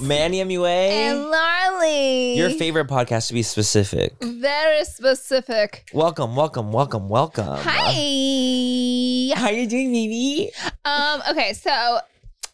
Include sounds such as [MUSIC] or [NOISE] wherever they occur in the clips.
Manny and MUA. Larly. Your favorite podcast to be specific. Very specific. Welcome, welcome, welcome, welcome. Hi. How you doing, baby? Um. Okay. So,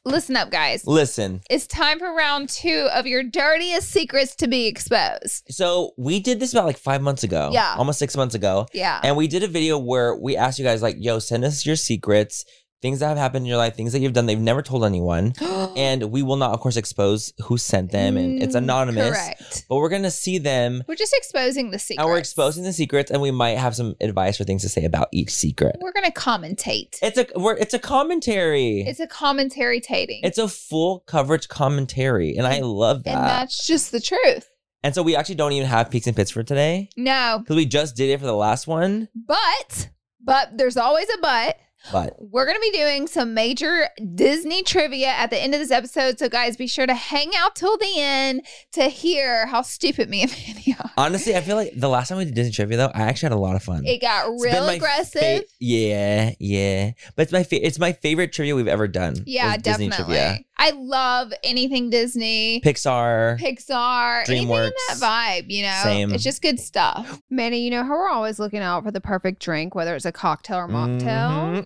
listen up, guys. Listen, It's time for round two of your dirtiest secrets to be exposed. so we did this about like five months ago. Yeah. Almost six months ago. Yeah. And we did a video where we asked you guys, like, yo, send us your secrets, things that have happened in your life, things that you've done that you've never told anyone. [GASPS] And we will not, of course, expose who sent them and it's Mm, anonymous. Correct. But we're gonna see them We're just exposing the secrets. and we're exposing the secrets and we might have some advice or things to say about each secret. We're gonna commentate. It's a we're, it's a commentary. It's, It's a commentary tating. a full coverage commentary, and I love that. and that's just the truth. and so we actually don't even have peaks and pits for today No, because we just did it for the last one. but but there's always a but. [GASPS] But We're going to be doing some major Disney trivia at the end of this episode. So, guys, be sure to hang out till the end to hear how stupid me and [LAUGHS] Manny are. honestly, I feel like the last time we did Disney trivia though, I actually had a lot of fun. It got It's been real my aggressive. fa- yeah, yeah. But it's my fa- it's my favorite trivia we've ever done. yeah, is Disney trivia. definitely. I love anything Disney, Pixar. Pixar, anything in DreamWorks. that vibe, you know? Same. It's just good stuff. Manny, you know how we're always looking out for the perfect drink, whether it's a cocktail or mocktail?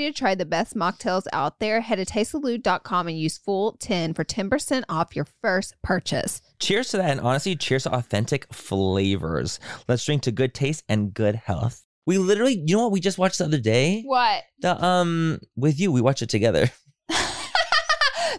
to try the best mocktails out there, head to tastesalute.com and use full 10 for 10% off your first purchase. Cheers to that, and honestly, cheers to authentic flavors. Let's drink to good taste and good health. We literally, you know what we just watched the other day? What? The um, with you, we watched it together. [LAUGHS]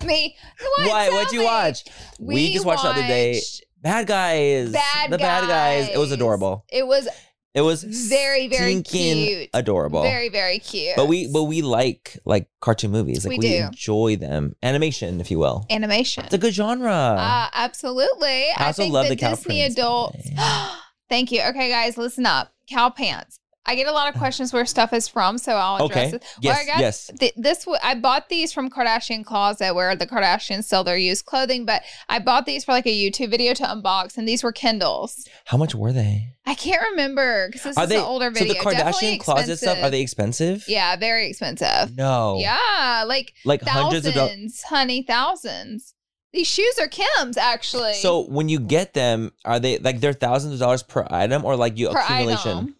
me? What? What? Tell What'd you me. watch? We, just watched the other day. watched Bad guys. Bad the bad guys. It was Guys. adorable. It was It was Very, very stinking cute. Adorable. very, very cute. but we but we like like cartoon movies. Like We we, do. enjoy them. Animation, if you will. animation. It's a good genre. Uh, absolutely. I, also think love the the cow Disney prints, by the adults. [GASPS] Thank you. Okay, guys, listen up. Cow pants. I get a [SIGHS] lot of questions where stuff is from, so I'll address okay. it. Yes. Well, I got yes. Th- this w- I bought these from Kardashian Closet, where the Kardashians sell their used clothing. But I bought these for like a YouTube video to unbox, and these were Kindles. How much were they? I can't remember because this are is they an older so video. the Kardashian Definitely closet stuff? Are expensive. they expensive? Yeah, very expensive. No. Yeah, like Like thousands, hundreds of dollars. honey, thousands. These shoes are Kim's actually. So when you get them, are they like they're thousands of dollars per item or like you per accumulation? item.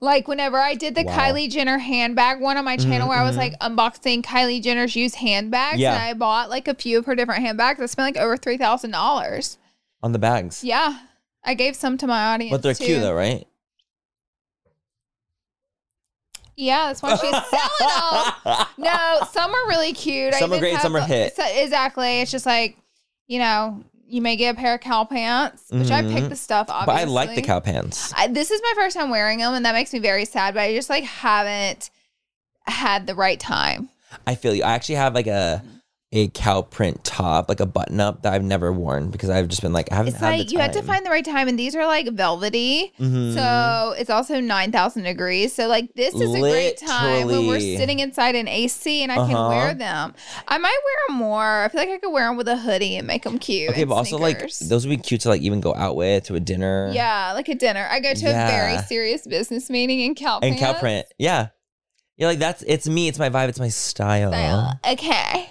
Like whenever I did the Wow. Kylie Jenner handbag one on my channel, where I was Mhm. like unboxing Kylie Jenner's used handbags, Yeah. and I bought like a few of her different handbags. I spent like over three thousand dollars. On the bags. Yeah, I gave some to my audience. But they're too. cute [LAUGHS] though, right? Yeah, that's why she's [LAUGHS] selling them. No, some are really cute. Some are even great, have some are a- hit. so- exactly. It's just like you know, you may get a pair of cow pants, which I Mhm. picked the stuff. But Obviously, I like the cow pants. I, this is my first time wearing them, and that makes me very sad. But I just like haven't had the right time. I feel you. I actually have like a a cow print top, like a button up that I've never worn because I've just been like I haven't It's had like the you had to time. find the right time, and these are like velvety. Mhm. So it's also nine thousand degrees. So like this is a great time when we're Literally. sitting inside an AC and I can Uh-huh. wear them. I might wear them more. I feel like I could wear them with a hoodie and make them cute. Okay, and but also like sneakers. those would be cute to like even go out with to a dinner. yeah, like a dinner. I go to a very Yeah. serious business meeting in cow And cow pants. print. Yeah. Yeah, like that's it's me, it's my vibe, it's my style. uh-huh. So, Okay,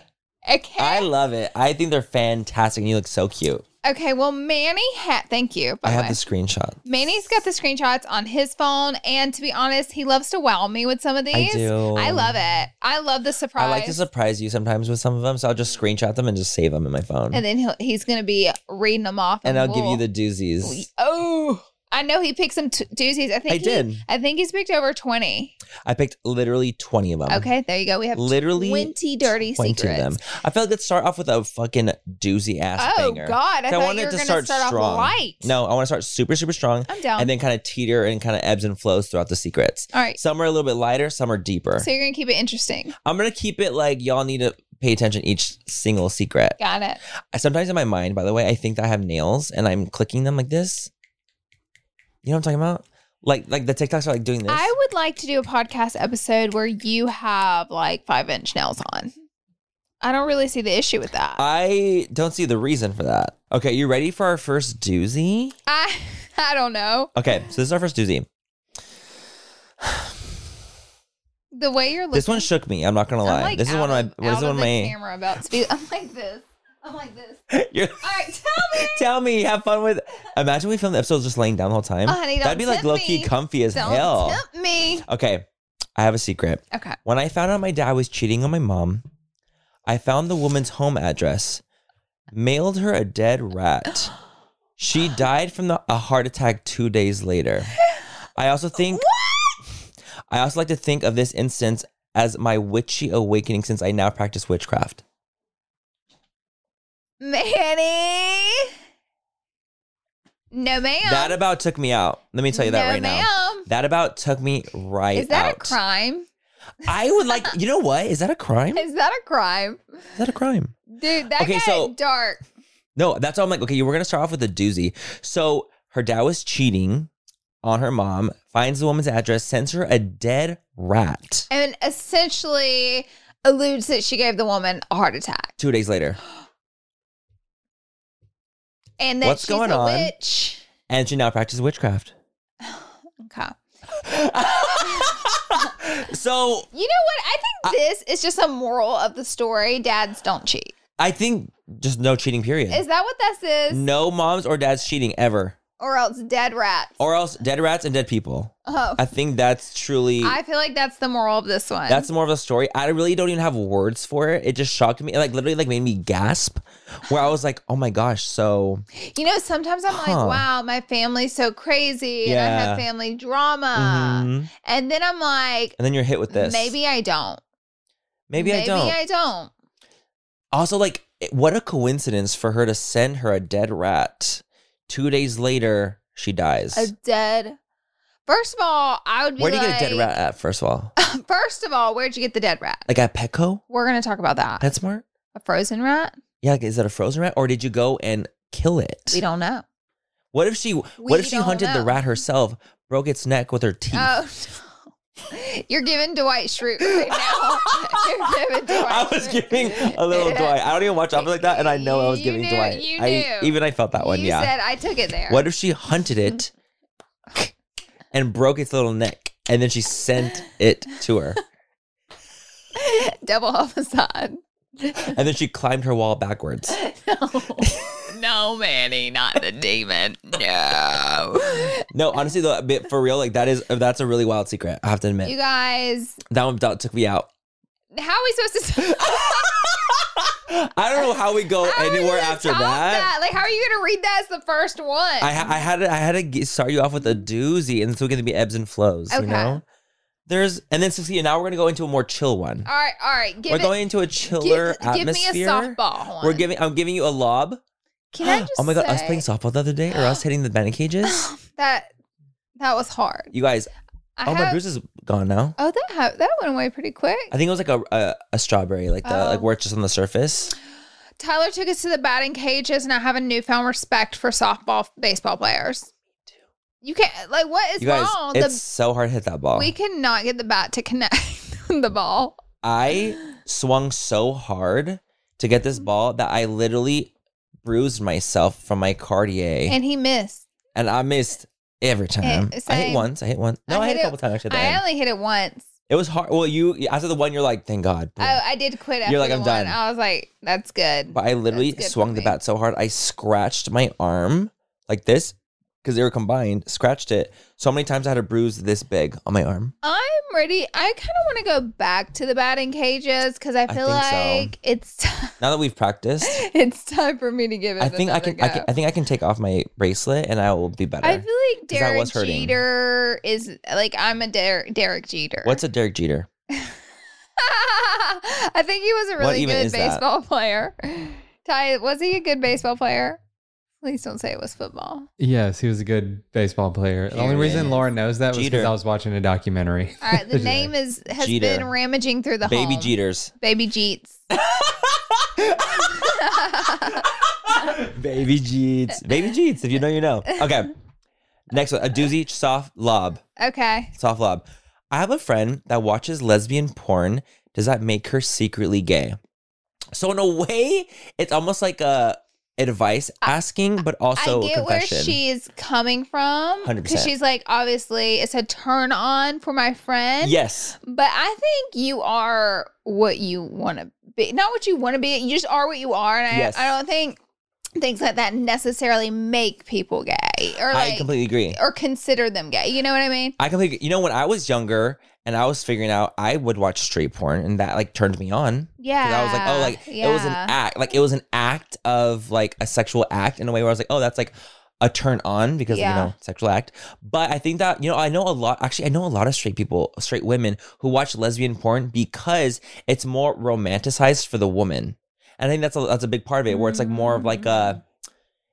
okay. I love it. I think they're fantastic and you look so cute. Okay, well, Manny had. Thank you. By I the have way. the screenshot. Manny's got the screenshots on his phone, and to be honest, he loves to wow me with some of I these. do. I love it. I love the surprise. I like to surprise you sometimes with some of them, so I'll just screenshot them and just save them in my phone, and and, then he'll, he's gonna be reading them off, I'll give we'll- you the doozies. Oh, I know he picked some t- doozies. I think I he- did. I think he's picked over twenty. I picked literally twenty of them. Okay, there you go. We have Um, literally twenty dirty 20 of secrets. them. I feel like let's start off with a fucking doozy ass Oh banger. God, I I thought wanted you were to gonna start start, strong. off light. No, I want to start super super strong, I'm down. and then kind of teeter and kind of ebbs and flows throughout the secrets. All Oh. right, Some are a little bit lighter, some are deeper. so you're gonna keep it interesting. I'm gonna keep it like y'all need to pay attention to each single secret. Got it. I- Sometimes in my mind, by the way, I think that I have nails and I'm clicking them like this. You know what I'm talking about? Like like the TikToks are like doing this. I would like to do a podcast episode where you have like five inch nails on. I don't really see the issue with Uh, that. I don't see the reason for that. Okay, you ready for our first doozy? I [LAUGHS] I don't know. Okay, so this is our first doozy. The way you're looking. This one shook me. I'm not gonna I'm, lie. like, this is out one of of- my. This out is one of the my. camera about to be. I'm like this. I'm like this. [LAUGHS] You're, All right, [LAUGHS] tell me. tell me, have fun with. Imagine we filmed the episodes just laying down the whole time. Oh, honey, don't That'd be like tempt low key me. comfy as Don't hell. tempt me. Okay, I have a secret. Okay. When I found out my dad was cheating on my mom, I found the woman's home address, mailed her a dead rat. [GASPS] She died from the, a heart attack two days later. I also think. I also like to think of this instance as my witchy awakening since I now practice witchcraft. Manny. No, ma'am. That about took me out. Let me tell you that no, right now. ma'am. That about took me right Is that a out. crime? I would like, you know what? Is that [LAUGHS] a crime? Is Is that a crime? that a crime? Dude, that Okay, got so- dark. No, that's all I'm like, okay, you we're going to start off with a doozy. So her dad was cheating on her mom, finds the woman's address, sends her a dead rat And essentially alludes that she gave the woman a heart attack. two days later. And that What's she's going a on? witch. And she now practices witchcraft. Okay. so You know what? I think this is just a moral of the story. Dads don't cheat. I think just no cheating, period. Is that what this is? no moms or dads cheating ever, Or else dead rats. or else dead rats and dead people. oh. I think that's truly. I feel like that's the moral of this one. That's more of a story. I really don't even have words for it. It just shocked me. It like literally like made me gasp where I was like, oh my gosh. So you know, sometimes I'm Huh. like, wow, my family's so crazy and I Yeah. have family drama. mhm. And then I'm like, and then you're hit with this. maybe I don't. Maybe, I don't. I don't. also, like it- what a coincidence for her to send her a dead rat. Two days later, she dies. A dead. First of all, I would be Where do you like- get a dead rat at, first of all? First of all, where'd you get the dead rat? like at Petco? We're gonna talk about that. PetSmart? A frozen rat? Yeah, like is that a frozen rat? Or did you go and kill it? We don't know. What if she what if she don't hunted the know. rat herself, broke its neck with her teeth? Oh, [LAUGHS] no. [LAUGHS] [LAUGHS] you're giving Dwight Schrute right [LAUGHS] now. you're giving Dwight I was Schrute. giving a [LAUGHS] little Yeah. Dwight. I don't even watch Office like that, and I know I was You giving knew, Dwight. you I knew. even I felt that one. you yeah. said I took it there. [LAUGHS] what if she hunted it and broke its little neck, and then she sent it to her, Double homicide. and then she climbed her wall backwards? [LAUGHS] [LAUGHS] No. no, Manny, not the demon. No. No, honestly though, a bit for real, like that is that's a really wild secret. I have to [LAUGHS] admit You guys, that one that took me out. how are we supposed [LAUGHS] to? [LAUGHS] I don't know how we go How are you Oh, anywhere gonna after top that. Like, how are you going to read that as the first one? I, ha- I had to, I had to get, start you off with a doozy, and it's going to be ebbs and flows. Okay. You know, there's and then Sophia. Now we're going to go into a more chill one. all right, all right. Give we're it, going into a chiller give, give me atmosphere. a softball. One. We're giving. I'm giving you a lob. Can I just [GASPS] oh my god, us say playing softball the other day, [GASPS] or us hitting the batting cages. [SIGHS] that that was hard. You guys. I oh my have- bruise is gone now. Oh, that ha- that went away pretty quick. I think it was like a a, a strawberry, like the Oh. like where it's just on the surface. Tyler took us to the batting cages, and I have a newfound respect for softball baseball players. You can't like what is you guys, wrong? it's The, so hard to hit that ball. we cannot get the bat to connect [LAUGHS] the ball. I swung so hard to get Mm. this ball that I literally bruised myself from my Cartier. [LAUGHS] And he missed. and I missed every time. I hit same. once. I hit once. No, I, I hit, hit a couple times actually. at the I end. only hit it once. It was hard. Well, you after the one, you're like, thank God. bro." Oh, I did quit after You're like, the "I'm one. done." I was like, that's good. But I literally That's good for swung the me. bat so hard, I scratched my arm like this because they were combined. Scratched it so many times, I had a bruise this big on my arm. I'm ready. I kind of want to go back to the batting cages because I I feel think so. like it's time. Now that we've practiced, [LAUGHS] it's time for me to give it. I think I another can, I go. can. I think I can take off my bracelet, and I will be better. I feel like 'Cause that was Derek hurting. Jeter is like I'm a Der- Derek Jeter. What's a Derek Jeter? [LAUGHS] I think he was a What really even good is that? baseball player. Ty, was he a good baseball player? Please don't say it was football. Yes, he was a good baseball player. The only Jeter. reason Lauren knows that was because Jeter. I was watching [LAUGHS] a documentary. All right, the [LAUGHS] Jeter. name is has Jeter. been ramaging through the Baby home. Jeters. Baby Jeets. [LAUGHS] [LAUGHS] Baby Jeets. Baby Jeets. If you know, [LAUGHS] you know. Okay. Next one, a doozy soft lob. okay. Soft lob. I have a friend that watches lesbian porn. Does that make her secretly gay? So in a way, it's almost like a advice asking, but also I a get where confession. she's coming from 100%. because she's like, obviously, it's a turn on for my friend. yes. But I think you are what you want to be. Not what you want to be. You just are what you are. And I, Yes. I don't think things like that necessarily make people gay or I like completely agree. or consider them gay. You know what I mean? I completely. You know, when I was younger and I was figuring out, I would watch straight porn, and that like turned me on. Yeah. Because I was like, oh, like it was an yeah. act, like it was an act of like a sexual act in a way where I was like, oh, that's like a turn on because Yeah. you know sexual act. But I think that you know I know a lot. Actually, I know a lot of straight people, straight women who watch lesbian porn because it's more romanticized for the woman. And I think that's a that's a big part of it, where it's like more of like Mm. a.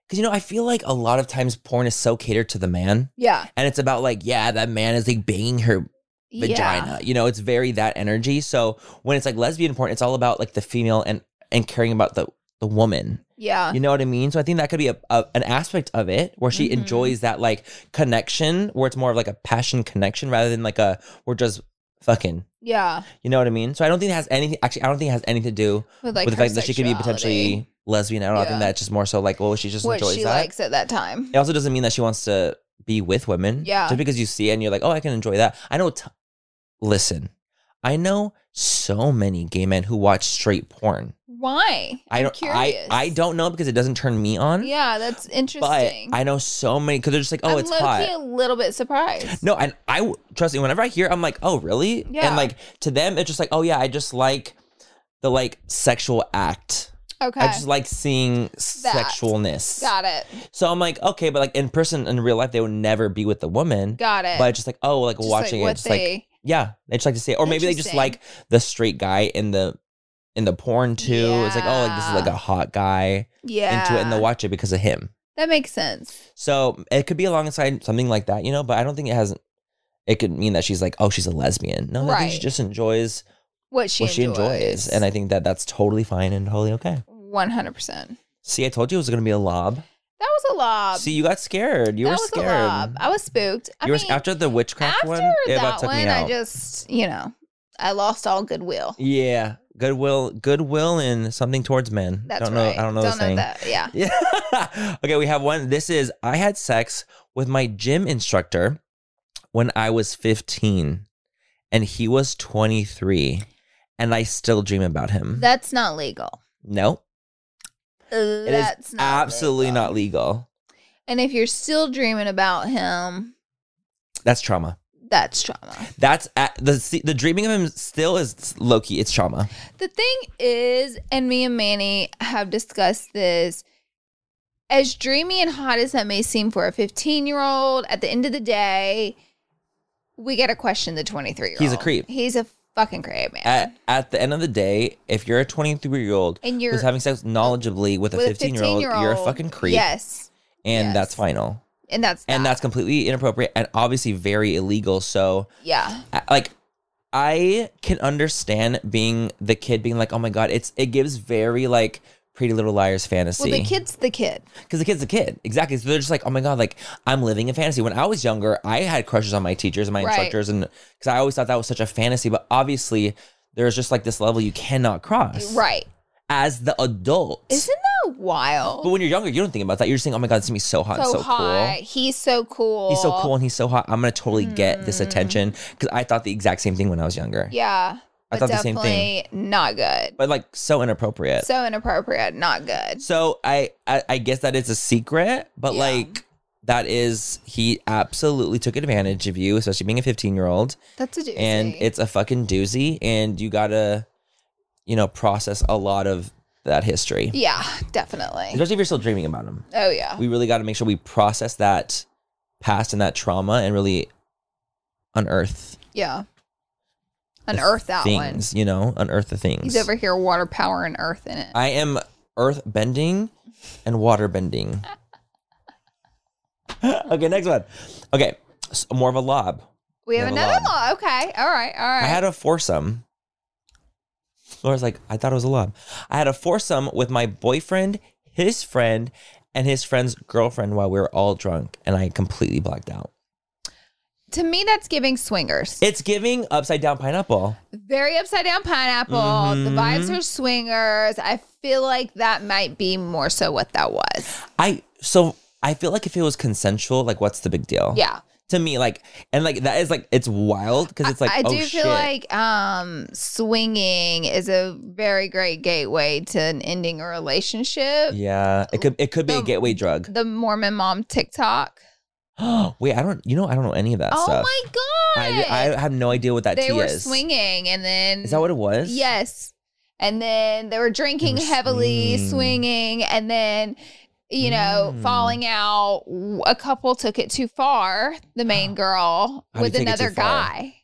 Because you know, I feel like a lot of times porn is so catered to the man, Yeah. and it's about like, yeah, that man is like banging her vagina. You know, it's very that energy. So when it's like lesbian porn, it's all about like the female and and caring about the the woman. Yeah. You know what I mean? So I think that could be a, a an aspect of it where she Mhm. enjoys that like connection, where it's more of like a passion connection rather than like a we're just fucking. Yeah. You know what I mean? So I don't think it has anything. Actually, I don't think it has anything to do With like with the her fact that she could be sexuality, potentially lesbian. I don't know. I Yeah. think that's just more so like, well, she just what enjoys she that. likes at that time. It also doesn't mean that she wants to be with women. Yeah. Just because you see it and you're like, oh, I can enjoy that. I know. T- Listen, I know so many gay men who watch straight porn. Why? I I'm don't. I curious. I don't know because it doesn't turn me on. Yeah, that's But interesting. I know so many because they're just like, oh, I'm it's low-key hot. a little bit surprised. No, and I w- trust me. Whenever I hear, I'm like, oh, really? Yeah. And like to them, it's just like, oh yeah, I just like the like sexual act. Okay. I just like seeing sexualness. Got it. So I'm like, okay, but like in person, in real life, they would never be with the woman. Got it. But just like, oh, like Just, watching what it, just like they- yeah, they just like to see, it. or maybe they just Interesting. like the straight guy in the in the porn too. It's like, oh, like this is like Yeah. a hot guy yeah. into it, and they'll watch it because of him. That makes sense. So it could be alongside something like that, you know. But I don't think it hasn't. It could mean that she's like, oh, she's a lesbian. No, I think she Right. just enjoys What she what she enjoys. enjoys, and I think that that's totally fine and totally okay. one hundred percent. See, I told you it was gonna be a lob. That was a lob. See, you got scared. You Uh, that were was scared. a lob. I was spooked. I you were mean, after the witchcraft after one. It about that took one, me out. I just you know I lost all goodwill. Yeah, goodwill, goodwill, and something towards men. That's don't know. right. I don't know the saying. that. Yeah. [LAUGHS] Yeah. okay, we have one. This is I had sex with my gym instructor when I was 15, and he was 23, and I still dream about him. That's not legal. no, it is That's not absolutely legal. not legal. And if you're still dreaming about him, That's trauma. that's trauma. That's at, the the dreaming of him still is low key. It's trauma. The thing is, and me and Manny have discussed this. As dreamy and hot as that may seem for a 15 year old, at the end of the day, we got to question the 23 year old. He's a creep. He's a fucking creep, man. At at the end of the day, if you're a 23 year old and you're who's having sex knowledgeably with a with 15 year old, you're a fucking creep. Yes. and Yes. that's final And that's and that. that's completely inappropriate and obviously very illegal so yeah. I- like i can understand being the kid being like oh my god it's it gives very like pretty little liars fantasy Well, the kid's the kid. because the kid's a kid exactly so they're just like oh my god like i'm living in fantasy when i was younger i had crushes on my teachers and my Right. instructors and because i always thought that was such a fantasy but obviously there's just like this level you cannot cross Right. as the adult Isn't a while. But when you're younger, you don't think about that. You're just thinking, oh my God, this is gonna be so hot and so hot. He's so cool. cool. He's so cool and he's so hot. I'm gonna totally get this attention. Cause I thought the exact same thing when I was younger. Hmm. Yeah. I But thought the same definitely thing. not good. But like so inappropriate. So, So inappropriate. Not good. I, I I guess that is a secret, but Yeah. like that is he absolutely took advantage of you, especially being a 15 year old. That's a doozy. and it's a fucking doozy and you gotta you know process a lot of that history yeah, definitely. especially if you're still dreaming about them Oh yeah. we really gotta make sure we process that past and that trauma and really unearth yeah. the Unearth that one. things you know unearth the things He's over here water power and earth in it. i am earth bending and water bending [LAUGHS] okay next one okay s- more of a lob we have have a another lot. law. Okay. All right. All right. I had a foursome. Laura's like, I thought it was a lot. I had a foursome with my boyfriend, his friend, and his friend's girlfriend while we were all drunk, and I completely blacked out. to me, that's giving swingers. It's giving upside down pineapple. Very upside down pineapple. The Mm-hmm. vibes are swingers. I feel like that might be more so what that was. I so I feel like if it was consensual, like what's the big deal? Yeah. To me, like and like that is like it's wild because it's like I oh do shit. feel like um, swinging is a very great gateway to an ending a relationship. yeah, it could it could be a The- gateway drug. [GASPS] The Mormon mom TikTok. Wait, I don't. You know, I don't know any of that oh stuff. my god! I, I have no idea what that they tea were is. swinging, and then Is that what it was? Yes. And then they were drinking were heavily, swinging. swinging, and then, you know, Mm. falling out. A couple took it too far, the [GASPS] main girl, How do you with take it too another far? guy.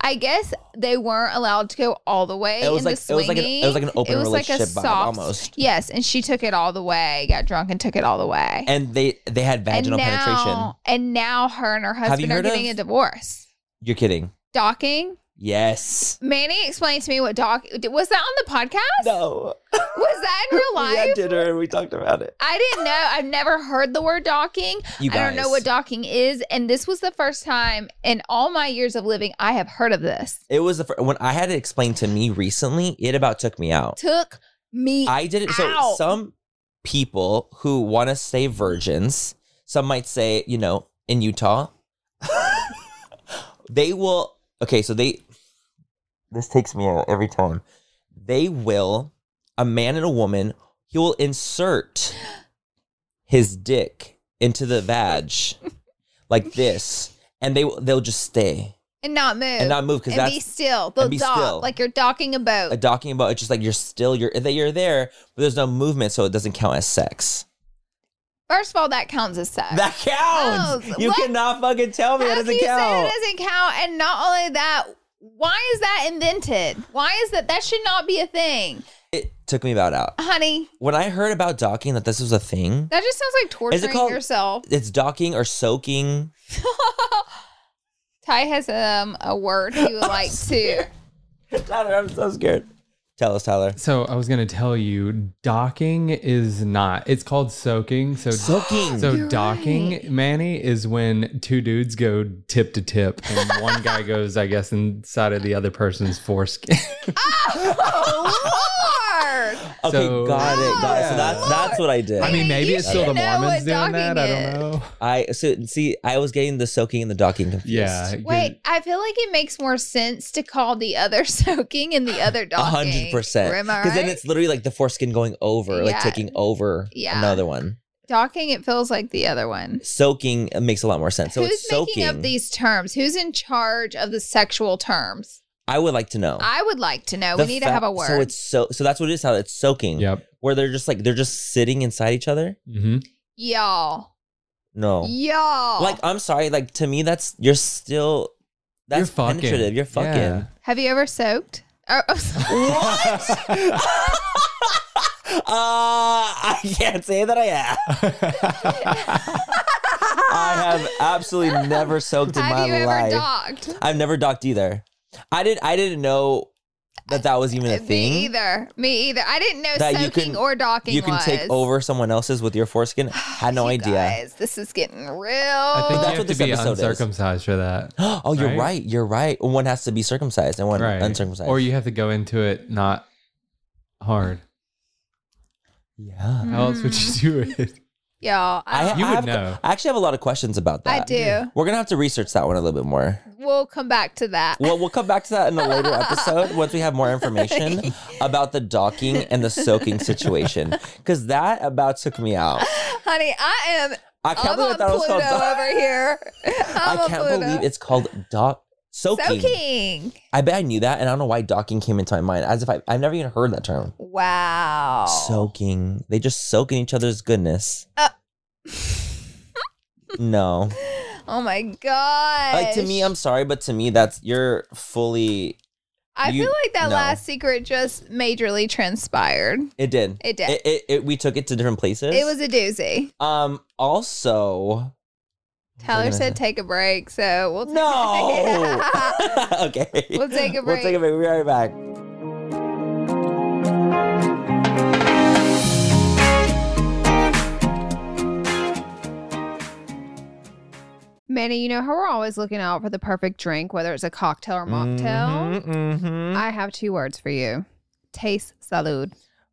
I guess they weren't allowed to go all the way. It was in like the it was like an, it was like an swinging. open It was like a relationship vibe soft- almost. Yes. And she took it all the way, got drunk and took it all the way. And they they had vaginal penetration. And now her and her Have you husband are heard getting of- a divorce. You're kidding? Docking. Yes. Manny explained to me what doc was that on the podcast? No. Was that in real [LAUGHS] We had life? dinner and we talked about it. I didn't know. I've never heard the word docking. You I guys. don't know what docking is. And this was the first time in all my years of living I have heard of this. it was the fir- when I had it explained to me recently. It about took me out. Took me. I did it. Ow. So some people who want to stay virgins, some might say, you know, in Utah, [LAUGHS] they will. Okay, so they. This takes me out every time. They will. A man and a woman. He will insert his dick into the vag, [LAUGHS] like this, and they will- they'll just stay and not move. and not move because And that's be still. They'll be dock still. like you're docking a boat. a docking about it's just like you're still you're that you're there but there's no movement so it doesn't count as sex first of all, that counts as sex. that counts Counts. you What? cannot fucking tell How me that can doesn't you count say it doesn't count? And not only that, why is that invented? Why is that? That should not be a thing, it took me about out honey. when i heard about docking that this was a thing That just sounds like torturing called- yourself. it's docking or soaking Ty has um a word he would like to. tyler i'm so scared tell us tyler So I was gonna tell you, docking is not. It's called soaking. So soaking So You're docking, right. Manny, is when two dudes go tip to tip, and one [LAUGHS] guy goes, I guess, inside of the other person's foreskin. Oh, [LAUGHS] Lord! okay so- got it got it so Yeah. that's that's what i did I mean, maybe You it's still the should know Mormons what doing that. I docking don't know. i so see i was getting the soaking and the docking confused [LAUGHS] Yeah. good. Wait, I feel like it makes more sense to call the other [LAUGHS] soaking and the other A docking. hundred percent. Am I Because then right? it's literally like the foreskin going over, like Yeah. taking over Yeah. another one. docking. It feels like the other one. soaking uh, makes a lot more sense. So Who's it's soaking. making up these terms? Who's in charge of the sexual terms? I would like to know. I would like to know. Oh. The Uh, we need to fa- have a word. So it's so so that's what it is. How it's soaking. Yep. Where they're just like they're just sitting inside each other. hmm y'all, No. y'all. Oh. Like I'm sorry. Like to me, that's you're still that's You're fucking. penetrative. You're fucking. Yeah. [LAUGHS] have you ever soaked? Oh, Or, [LAUGHS] uh, Ah, I can't say that I [LAUGHS] have. I have absolutely never soaked in my have you ever life. docked? I've never docked either. I did. I didn't know that that was even a thing. Me either. Me either. I didn't know That you soaking can- or docking. you can was. take over someone else's with your foreskin. Had [SIGHS] no You idea. guys, this is getting real. Oh. I that's think you what have this to be episode is. uncircumcised for that. [GASPS] oh, you're right? Right? You're right. One has to be circumcised and one Right. uncircumcised. Or you have to go into it not hard. Mm. Yeah. How else would you do it? Y'all, I, I, don't- You I would have- know. I actually have a lot of questions about I that. do. We're gonna have to research that one a little bit more. We'll come back to that. Well, we'll come back to that in a later episode once we have [LAUGHS] more information about the docking and the soaking situation, because that about took me [LAUGHS] out. Honey, I am. I can't I'm believe I on thought it was Pluto called. Dock- over here. I'm [LAUGHS] I on can't Pluto. believe it's called dock soaking. Soaking. I bet I knew that, and I don't know why docking came into my mind. As if I, I've never even heard that term. Wow. Soaking. They just soak in each other's goodness. Uh. [LAUGHS] no. Oh my god. Like to me, I'm sorry, but to me, that's you're fully. I you- feel like that no. last secret just majorly transpired. It did. It did. It, It, it, it we took it to different places. was a doozy. um also Tyler said take a break, so we'll take no. [LAUGHS] okay. We'll take a We'll take a break. break. We'll be right back. Manny, you know how we're always looking out for the perfect drink, whether it's a cocktail or mocktail. Mhm, mhm. Mm-hmm. I have two words for you. Taste salud.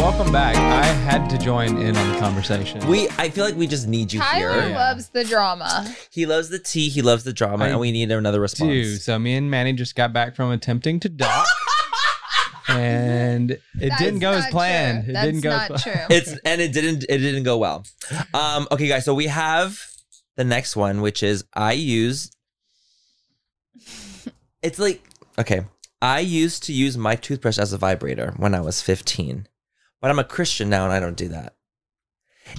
welcome back. I had to join in on the conversation. We, I feel like we just need you Tyler here. Yeah. loves the drama. He loves the tea. He loves the drama, I and we need another response. do. So me and Manny just got back from attempting to [LAUGHS] dock, and it That's didn't go as not planned. True. It That's didn't go. as not pla- [LAUGHS] true. It's and it didn't it didn't go well. Um, okay, guys. So we have the next one, which is I used. It's like okay. I used to use my toothbrush as a vibrator when I was 15, but I'm a Christian now and I don't do that.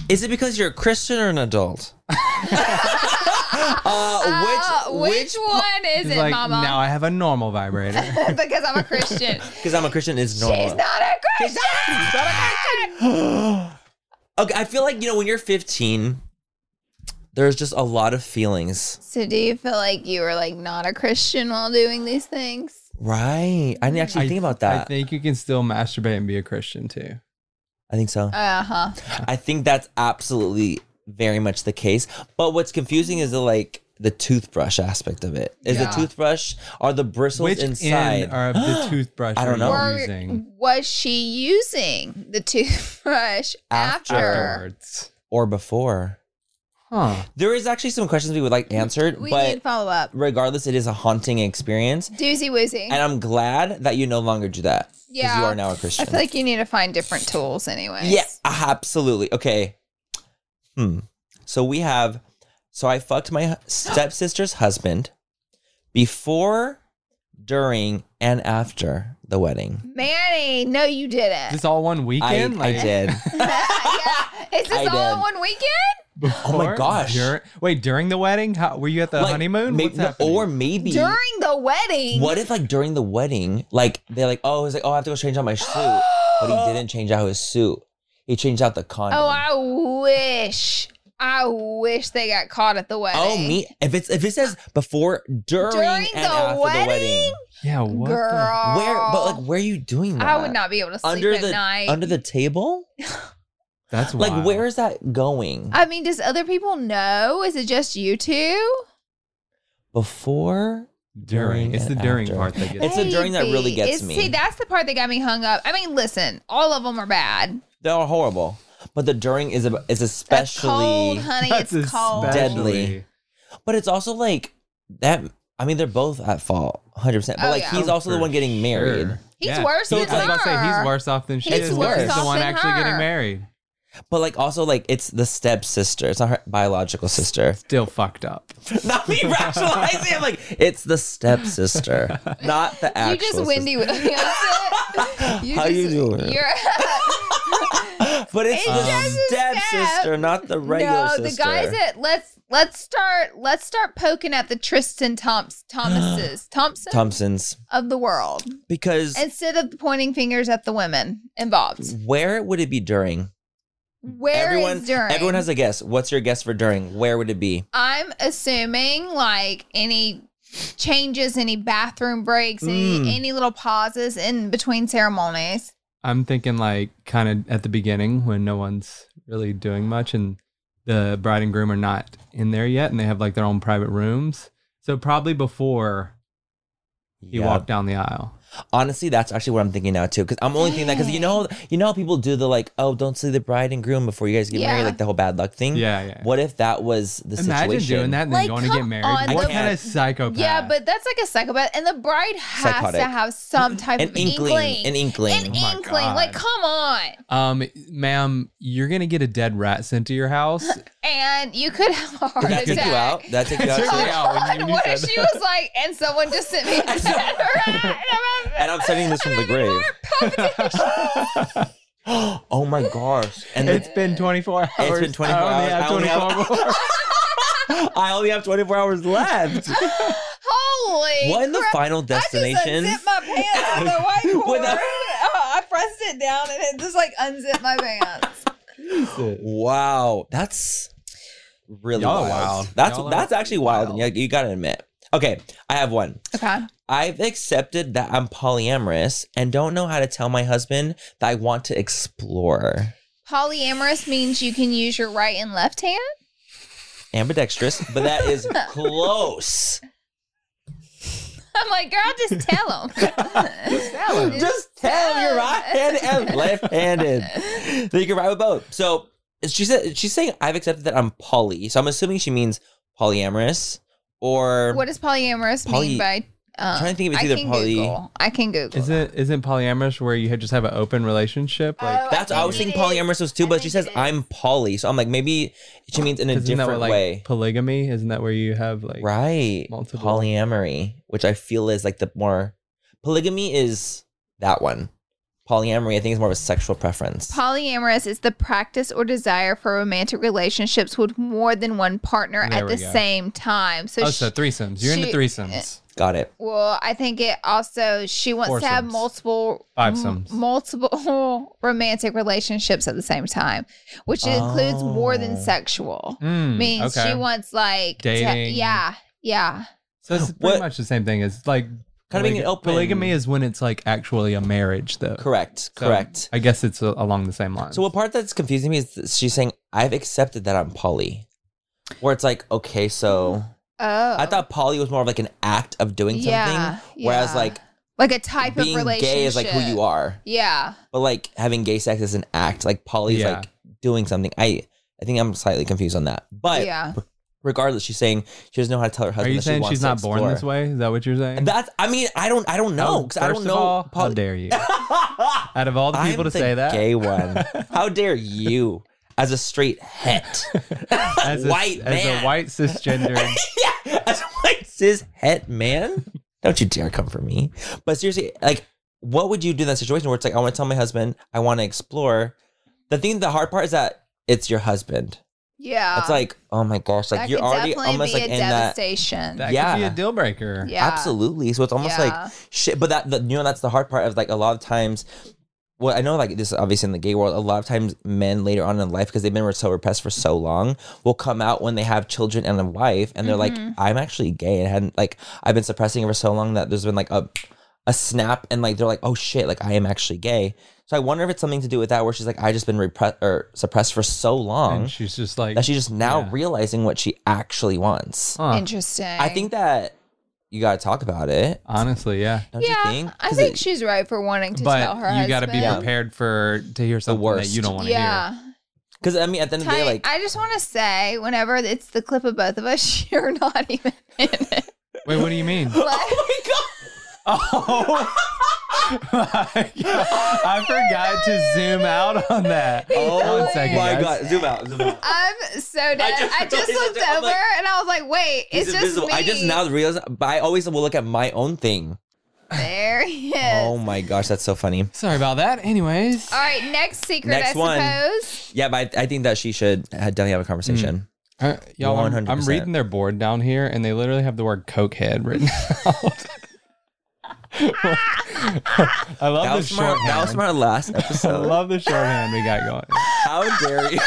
Is it because you're a Christian or [LAUGHS] an adult? uh, Uh, which which, which one is It's it, like now Mama? I have a [LAUGHS] normal vibrator. [LAUGHS] because I'm a [LAUGHS] Christian. because I'm a Christian is normal. She's not a She's Christian. not a- she's [GASPS] not a Christian. okay, I feel like you know when you're 15, There's just a lot of feelings. So do you feel like you were like not a Christian while doing these things? Right. I didn't actually I- think about I that. think you can still masturbate and be a Christian too. I think so. Uh huh. I think that's absolutely very much the case. But what's confusing is the like the toothbrush aspect of it. Is Yeah. the toothbrush are the bristles Which inside? [GASPS] end of the toothbrush I don't are know. you Were- using was she using the toothbrush after? After. afterwards? or before? Huh. There is actually some questions we would like answered, We but need follow up. regardless, it is a haunting experience. Doozy woozy. And I'm glad that you no longer do that. Because Yeah. you are now a Christian. I feel like you need to find different tools anyway. Yeah, absolutely. Okay. Hmm. So we have. So I fucked my hu- stepsister's husband before, during, and after the wedding. Manny, no, you didn't. This all one I, weekend? I did. [LAUGHS] yeah. Is this I all in did. one weekend? Oh my Before, gosh. dur- wait, during the wedding? How, were you at [LAUGHS] the Like, honeymoon? may- What's no, happening? or maybe. During the wedding. what if like during the wedding, like they're like, oh, he's like, oh, I have to go change out my suit, [GASPS] but he didn't change out his suit. He changed out the condom. Oh, I wish. I wish they got caught at the wedding. Oh, me. If it's if it says before, during, During and the after the wedding, wedding? yeah, what? Girl. The- where? But like, where are you doing that? I would not be able to sleep under at the night. under the table. that's Like, wild. where is that going? I mean, does other people know? Is it just you two? Before during? It's the and during after. part that gets. It's [LAUGHS] the during that really Baby. It's- gets me. See, that's the part that got me hung up. I mean, listen, all of them are bad. they're horrible, but the during is a, is That's cold, especially. honey. That's it's cold. especially- Deadly. Deadly. But it's also like that. I mean, they're both at fault, hundred percent. But Oh, like, yeah. he's Oh, also the for one getting married. sure. He's worse So than it's I was her. about to say he's worse off than she He's is. because worse He's the off one than actually her. getting married. But like, also like, it's the stepsister. It's not her biological sister. Still fucked up. [LAUGHS] not me rationalizing. I'm like, it's the [LAUGHS] stepsister, not the actual. You just Wendy Williams. [LAUGHS] it. How you doing? You're [LAUGHS] sister. but it's It's the just a stepsister, step. not the regular no, sister. the guys that let's let's start let's start poking at the Tristan Thompson [GASPS] Thomases Thompson Thompson's of the world because instead of pointing fingers at the women involved. where would it be during? Where is everyone, during? everyone has a guess. What's your guess for during? Where would it be? I'm assuming like any changes, any bathroom breaks, Mm. any any little pauses in between ceremonies. I'm thinking like kind of at the beginning when no one's really doing much and the bride and groom are not in there yet and they have like their own private rooms. So probably before he Yeah. walked down the aisle. Honestly, that's actually what I'm thinking now too. Because I'm only thinking that because you know, you know how people do the like, oh, don't see the bride and groom before you guys get married, Yeah. like the whole bad luck thing. Yeah, yeah. What if that was the Imagine situation? doing that and Like, then going to get come married. on, what the- kind of psychopath? Yeah, but that's like a psychopath, and the bride has Psychotic. to have some type An of inkling, an inkling. Oh An my inkling. Like, God. come on. um, ma'am, you're gonna get a dead rat sent to [LAUGHS] your house. And you could have a heart that took you attack. Oh out. [LAUGHS] That took you out. Took me too. out when you- God, when you what if said she that. was like, and someone just sent [LAUGHS] me a dead rat? [LAUGHS] And I'm sending this from the grave. [GASPS] oh my gosh! And It's it's, been 24 hours. been 24 I only hours. I only Have 24 have- more. I only have 24 hours left. Holy. What in the crap. final I destination? just unzipped my pants [LAUGHS] on the whiteboard. Without- [LAUGHS] Oh, I pressed it down and it just like unzipped my pants. [LAUGHS] Wow, that's really Y'all are wild. wild. That's Y'all are that's actually wild. wild. and You, you gotta admit. Okay, I have one. Okay. I've accepted that I'm polyamorous and don't know how to tell my husband that I want to explore. Polyamorous means you can use your right and left hand. [LAUGHS] Ambidextrous, but that is close. I'm like, girl, just [LAUGHS] tell him. just tell him. Just tell [LAUGHS] you're right handed and left handed. That you can ride with both. So she said she's saying I've accepted that I'm poly. So I'm assuming she means polyamorous or What does polyamorous Poly- mean by? Um, trying to think if it's I either can poly- Google. I can Google. [LAUGHS] Isn't isn't polyamorous where you just have an open relationship? Like Oh, that's I, was think thinking it is. polyamorous was too, I but she think says it is. I'm poly. So I'm like maybe she means in a isn't that different what like way. polygamy? Isn't that where you have like right. multiple- Polyamory, which I feel is like the more polygamy is that one. Polyamory, I think, is more of a sexual preference. Polyamorous is the practice or desire for romantic relationships with more than one partner There at we the go. same time. So, Oh, sh- so threesomes. You're into she- threesomes. Got it. Well, I think it also she wants to have Foursomes. multiple Fivesomes. m- multiple [LAUGHS] romantic relationships at the same time, which includes more than Oh. sexual. Mm, Means okay. she wants like to- Dating. yeah, yeah. So it's pretty What- much the same thing. It's like Kind of being polyg- open. Polygamy is when it's like actually a marriage, though. correct. So Correct. I guess it's a- along the same lines. So what part that's confusing me is that she's saying I've accepted that I'm poly, where it's like okay, so Oh, I thought poly was more of like an act of doing something, Yeah, whereas yeah. like like a type of being relationship. gay is like who you are, Yeah, but like having gay sex is an act. Like poly is Yeah. like doing something. I I think I'm slightly confused on that, but yeah. regardless, she's saying she doesn't know how to tell her Are husband. you that she saying wants she's to not born explore. this way? Is that what you're saying? That's. I mean, I don't. I don't know Oh, because I first don't of know. all, how poly- [LAUGHS] dare you? Out of all the people I'm to say that, gay [LAUGHS] one. How dare you, as a straight [LAUGHS] het, as a, white as man. a [LAUGHS] white cisgender, yeah, as a white cis het man? Don't you dare come for me. But seriously, like, what would you do in that situation where it's like, I want to tell my husband, I want to explore. The thing, the hard part is that it's your husband. Yeah. It's like, oh my gosh, like that you're could already definitely almost be like a in that. devastation. that Yeah. could be a deal breaker. yeah. Absolutely. So it's almost like Yeah. shit. But that, the, you know, that's the hard part of like a lot of times. Well, I know like this is obviously in the gay world. A lot of times, men later on in life, because they've been so repressed for so long, will come out when they have children and a wife, and they're Mhm. like, "I'm actually gay," and hadn't like I've been suppressing it for so long that there's been like a a snap, and like they're like, "Oh shit!" Like I am actually gay. So I wonder if it's something to do with that, where she's like, "I just been repressed or suppressed for so long And she's just like, that she's just now yeah. realizing what she actually wants." huh, Interesting. I think that you got to talk about it. honestly, yeah. Don't yeah, you think? I 'Cause think it- she's right for wanting to But tell her you got to be husband. prepared for to hear something that worst. you don't want to yeah. hear. Because I mean, at the end of the day, Ty- [LAUGHS] like I just want to say, whenever it's the clip of both of us, [LAUGHS] you're not even in it. [LAUGHS] Wait, what do you mean? [LAUGHS] Like, Oh my God. I forgot to zoom out on that. oh One second, my guys. god, zoom out, zoom out. I'm so dead. I just just, realized looked that, I'm over like, and I was like, wait, [LAUGHS] He's it's just invisible. me. I just now realized, but I always will look at my own thing. There [LAUGHS] he is. Oh my gosh, that's so funny. Sorry about that. Anyways, All right, next secret, Oh. Next I one. suppose. Yeah, but I, I think that she should ha- definitely have a conversation. Uh, y'all, I'm, I'm 100%. reading their board down here, and they literally have the word "cokehead" written [LAUGHS] out. I love That the was from our, shorthand. that was from our last I episode. [LAUGHS] love the shorthand we got going. How dare you?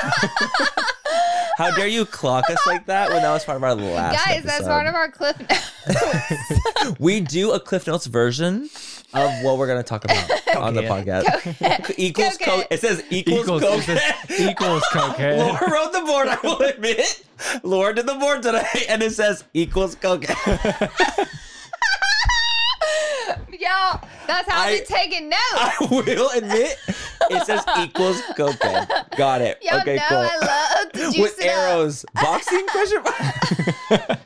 How dare you clock us like that when that was part of our last Guys, that's part of our clip. [LAUGHS] our. We do a Cliff Notes version of what we're going to talk about [LAUGHS] on the podcast. [LAUGHS] equals Cokehead. co- It says [LAUGHS] equals, Equals- it says cokehead. [LAUGHS] Equals [LAUGHS] cokehead. Laura wrote the board, I will admit. Laura did the board today, [LAUGHS] and it says equals cokehead. Y'all, that's how I- I, am taking notes. [LAUGHS] I will admit, it says equals cokehead. Got it. Y'all okay, know cool. I love to juice [LAUGHS] With it up. arrows, boxing [LAUGHS] question mark.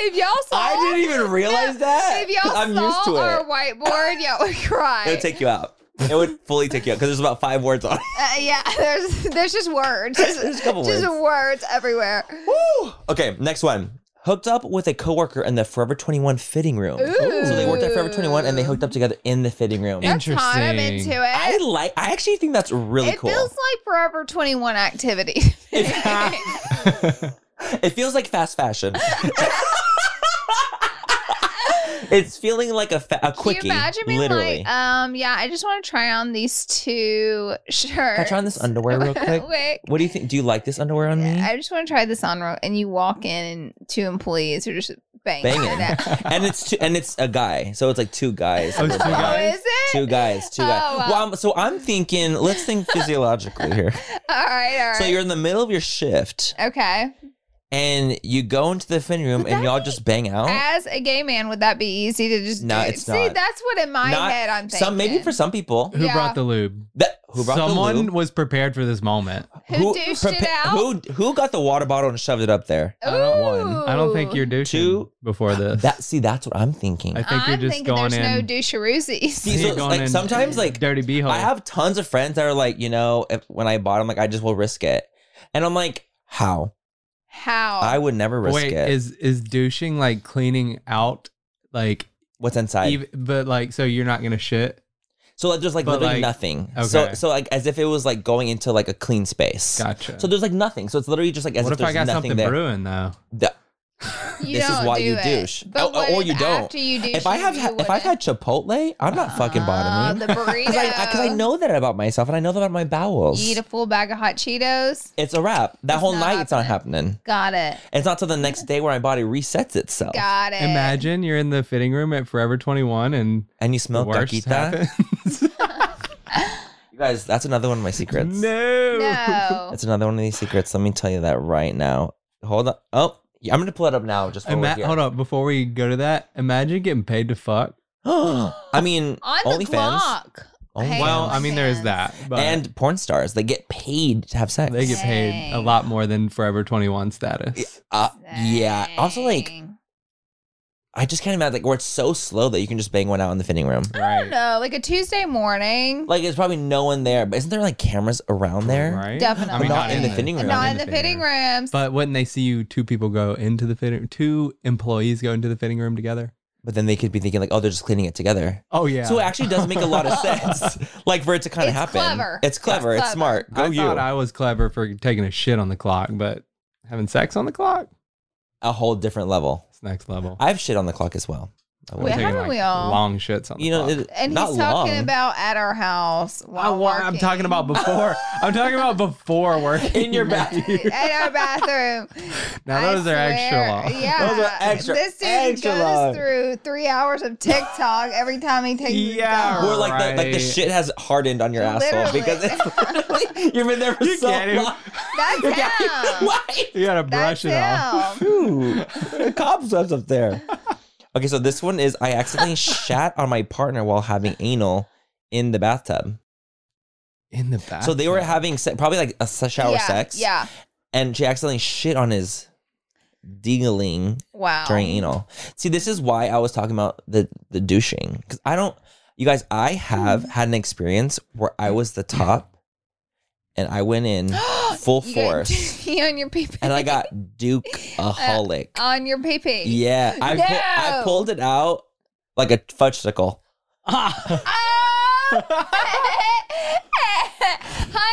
If y'all saw, I didn't even realize that. [LAUGHS] [LAUGHS] If y'all 'cause I'm saw used to our it. whiteboard, y'all [LAUGHS] would cry. It would take you out. It would fully take you out because there's about five words on it. Uh, yeah, [LAUGHS] there's there's just words. There's a couple just words. words. everywhere. Woo! Okay, next one. Hooked up with a coworker in the Forever 21 fitting room. So they worked at Forever 21 and they hooked up together in the fitting room. And- That's hot. I'm into Interesting. it. I like. I actually think that's really it cool. feels [LAUGHS] like Forever 21 activity. [LAUGHS] It [LAUGHS] feels like fast fashion. [LAUGHS] it's feeling like a fa- a quickie. Can you imagine me literally. like, um, yeah, I just want to try on these two shirts. Can I try on this underwear real quick? [LAUGHS] Wait. What do you think? Do you like this underwear on me? I just want to try this on, real- and you walk in, and two employees are just banging. [LAUGHS] Banging. it out. [LAUGHS] and it's two, and it's a guy, so it's like two guys. Oh, it's two Oh, guys? is it? Two guys, two guys. Oh, wow. Well, I'm, so I'm thinking. Let's [LAUGHS] think physiologically here. All right, all right. So you're in the middle of your shift, okay. and you go into the fitting room, Would and that y'all be- just bang out. As a gay man, would that be easy to just? Oh. No, do? it's See, not. that's what in my Not- head I'm thinking. some maybe for some people Who Yeah. brought the lube? that who brought Someone the lube? was prepared for this moment. who, douched it prepa- out. Who who got the water bottle and shoved it up there? I don't, one. I don't think Ooh. you're douching Two. Uh, before this. That see, that's what I'm thinking. I think you're I'm just thinking going there's no in. doucheroozies. See, so, [LAUGHS] You're going like, in sometimes, like, dirty beehole. I have tons of friends that are like, you know, if, when I bought, I'm like, I just will risk it, and I'm like, how? [LAUGHS] How? I would never risk Wait, it. is is douching like cleaning out like What's inside? even, but like so you're not gonna shit? so like, there's like but, literally like, nothing. So okay. so like as if it was like going into like a clean space. Gotcha. So there's like nothing. So it's literally just like as if what if there's I got nothing something there. brewing though? The- You this is don't why do you it. douche, But Oh, what or if you don't. After you do, If I shit, have, you if wouldn't? I've had Chipotle, I'm not fucking Ah, bottoming. the burrito. Because I, [LAUGHS] 'cause I know that about myself and I know that about my bowels. Eat a full bag of hot Cheetos. it's a wrap. That It's whole not night, it's not happening. Got it. It's not till the next day where my body resets itself. Got it. Imagine you're in the fitting room at Forever 21 and And you smell the worst taquita. happens. [LAUGHS] You guys, that's another one of my secrets. no. No. That's another one of these secrets. Let me tell you that right now. Hold on. Oh, yeah, I'm gonna pull it up now. Just Ima- [GASPS] on. hold up, before we go to that, imagine getting paid to fuck. I mean, On the OnlyFans, clock. OnlyFans, Hey, well, I mean, there is OnlyFans. that, but and porn stars. They get paid to have sex. they get paid a Dang. lot more than Forever 21 status. Uh, yeah. Also, like, Dang. I just can't imagine like where it's so slow that you can just bang one out in the fitting room. I Right. don't know, like a Tuesday morning. Like, there's probably no one there, but isn't there like cameras around there? Right. Definitely. I mean, not in the fitting room. not in the fitting rooms. But wouldn't they see you two people go into the fitting two employees go into the fitting room together? But then they could be thinking like, oh, they're just cleaning it together. Oh yeah. So it actually does make [LAUGHS] a [LAUGHS] lot of sense, [LAUGHS] like for it to kind of It's happen. clever. It's clever. It's It's clever. smart. Go I you. thought I was clever for taking a shit on the clock, but having sex on the clock? a whole different level. It's next level. I've shit on the clock as well. I I'm will. Wait, taking, haven't we all? long shits on the you know, clock. it, and not he's long. talking about at our house I while want, I'm working. talking [LAUGHS] about before. I'm talking about before working In your bathroom. at our bathroom. [LAUGHS] now I those are extra swear. long. [LAUGHS] Yeah, Those are extra, This dude extra goes long. through three hours of TikTok every time he takes. his Yeah. dump. We're like the, like the Right. shit has hardened on your asshole Literally. [LAUGHS] because it's literally, you've been there for You so can't even- long. [LAUGHS] that's You him. can't- [LAUGHS] Why? [LAUGHS] You gotta That's brush it off. him. Ooh, the cobwebs up there. Okay, so this one is [LAUGHS] I accidentally shat on my partner while having anal in the bathtub. In the back. so they were having se- probably like a s- shower yeah, sex. Yeah. and she accidentally shit on his dingling Wow. [GASPS] during E- anal. See, this is why I was talking about the the douching because I don't. You guys, I have Hmm. had an experience where I was the top, and I [GASPS] went in full [LAUGHS] You got force, dookie on your PP. and I got dukeaholic. [LAUGHS] on your PP. yeah, I pu- I Uh, No. pulled it out like a fudgesicle. [LAUGHS] [LAUGHS] Oh! [LAUGHS] I-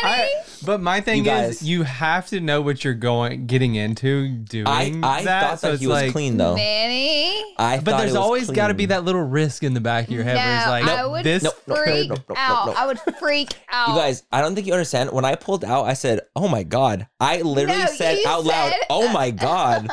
Honey, but my thing You is, guys- you have to know what you're going, getting into doing. I I that, thought so that it's he was like, clean though. Manny. I But thought there's it was always got to be clean. that little risk in the back of your head. where it's No, like, I would this No, no, no, freak no, no, no, out. no. I would freak out. [LAUGHS] You guys, I don't think you understand. When I pulled out, I said, "Oh my god!" I literally No, said you out loud, said- "Oh [LAUGHS] my god!"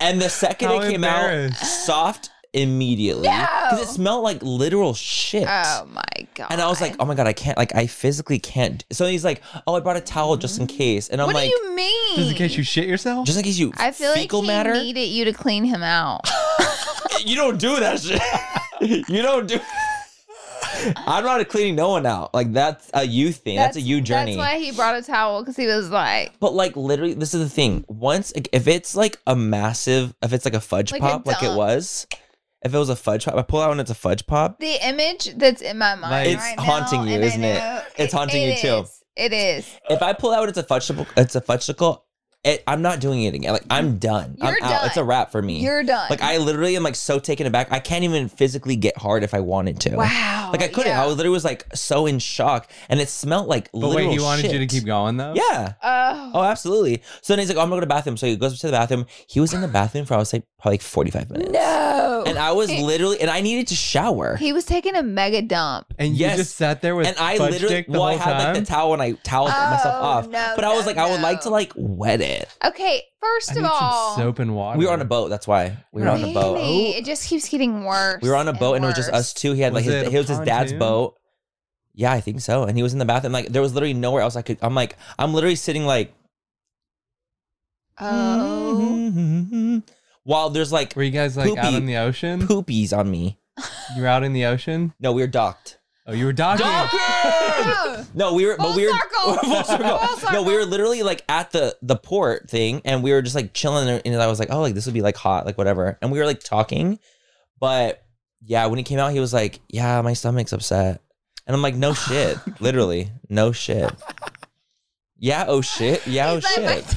and the second How it came out, embarrassed. soft immediately because it No. smelled like literal shit. Oh my god. and I was like, "Oh my god, I can't! Like, I physically can't." So he's like, "Oh, I brought a towel just in case," and I'm Mm-hmm. what like, do you mean? just in case you shit yourself. "Just in case you I feel like fecal he matter, needed you to clean him out. [LAUGHS] you don't do that shit. [LAUGHS] you [LAUGHS] don't do." I'm not cleaning no one out. Like that's a you thing. That's, a you journey. That's why he brought a towel because he was like, But like literally, this is the thing. Once if it's like a massive, if it's like a fudge Like a pop, like it dump. was, if it was a fudge pop, I pull out and it's a fudge pop. the image that's in my mind. Like- It's right now, haunting you, and I isn't it? know- It's haunting it you too. is. It is. If I pull out, it's a fudge, it's a fudgicle. It, I'm not doing it again. Like I'm done. I'm You're out. It's a done. wrap for me. You're done. like I literally am like so taken aback. I can't even physically get hard if I wanted to. Wow. Like I couldn't. Yeah. I was literally was like so in shock, and it smelled like but wait, literal he wanted you to shit. keep going though. Yeah. Oh. Oh, absolutely. So then he's like, oh, I'm gonna go to the bathroom. So he goes to the bathroom. He was in the bathroom for I would say probably like 45 minutes. no. And I was literally, and I needed to shower. he was taking a mega dump. and Yes. you just sat there with and I fudge literally, dick the well, I whole had like time? the towel and I toweled Oh, myself off. no, but I was no, like, I would like no. to like wet it. Okay, first I of need some all, soap and water. We were on a boat. That's why we were on a boat. Really? It just keeps getting worse. We were on a boat, and it was just us worse. two. He had like Was his, it a it was his dad's pontoon? boat. Yeah, I think so. And he was in the bathroom. Like there was literally nowhere else I could. I'm like, I'm literally sitting like. Oh. [LAUGHS] While there's like Were you guys like out Poopy. in the ocean? poopies on me. You were out in the ocean? No, we were docked. Oh, you were docking. Oh. [LAUGHS] No, we were, but Full we were circle. full circle. Oh, Full No, we circle. were literally like at the the port thing, and we were just like chilling. there, And I was like, oh, like this would be like hot, like whatever. And we were like talking, but yeah, when he came out, he was like, yeah, my stomach's upset, and I'm like, [LAUGHS] no shit, literally, no shit. Yeah, oh shit. Yeah, oh He's like, shit.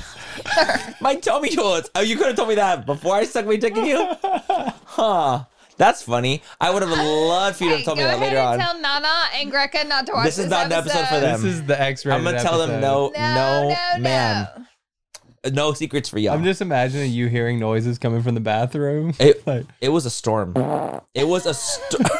"My- My tummy hurts. Oh, you could have told me that before I stuck my dick [LAUGHS] in you, huh? That's funny. I would have loved for you to Hey, have told me go that ahead later and on. Tell Nana and Greca not to watch This is not an episode for them. This is the X rated. I'm gonna tell them no, no, No, no, ma'am. no secrets for y'all. I'm just imagining you hearing noises coming from the bathroom. It- [LAUGHS] like, It was a storm. It was a storm. [LAUGHS]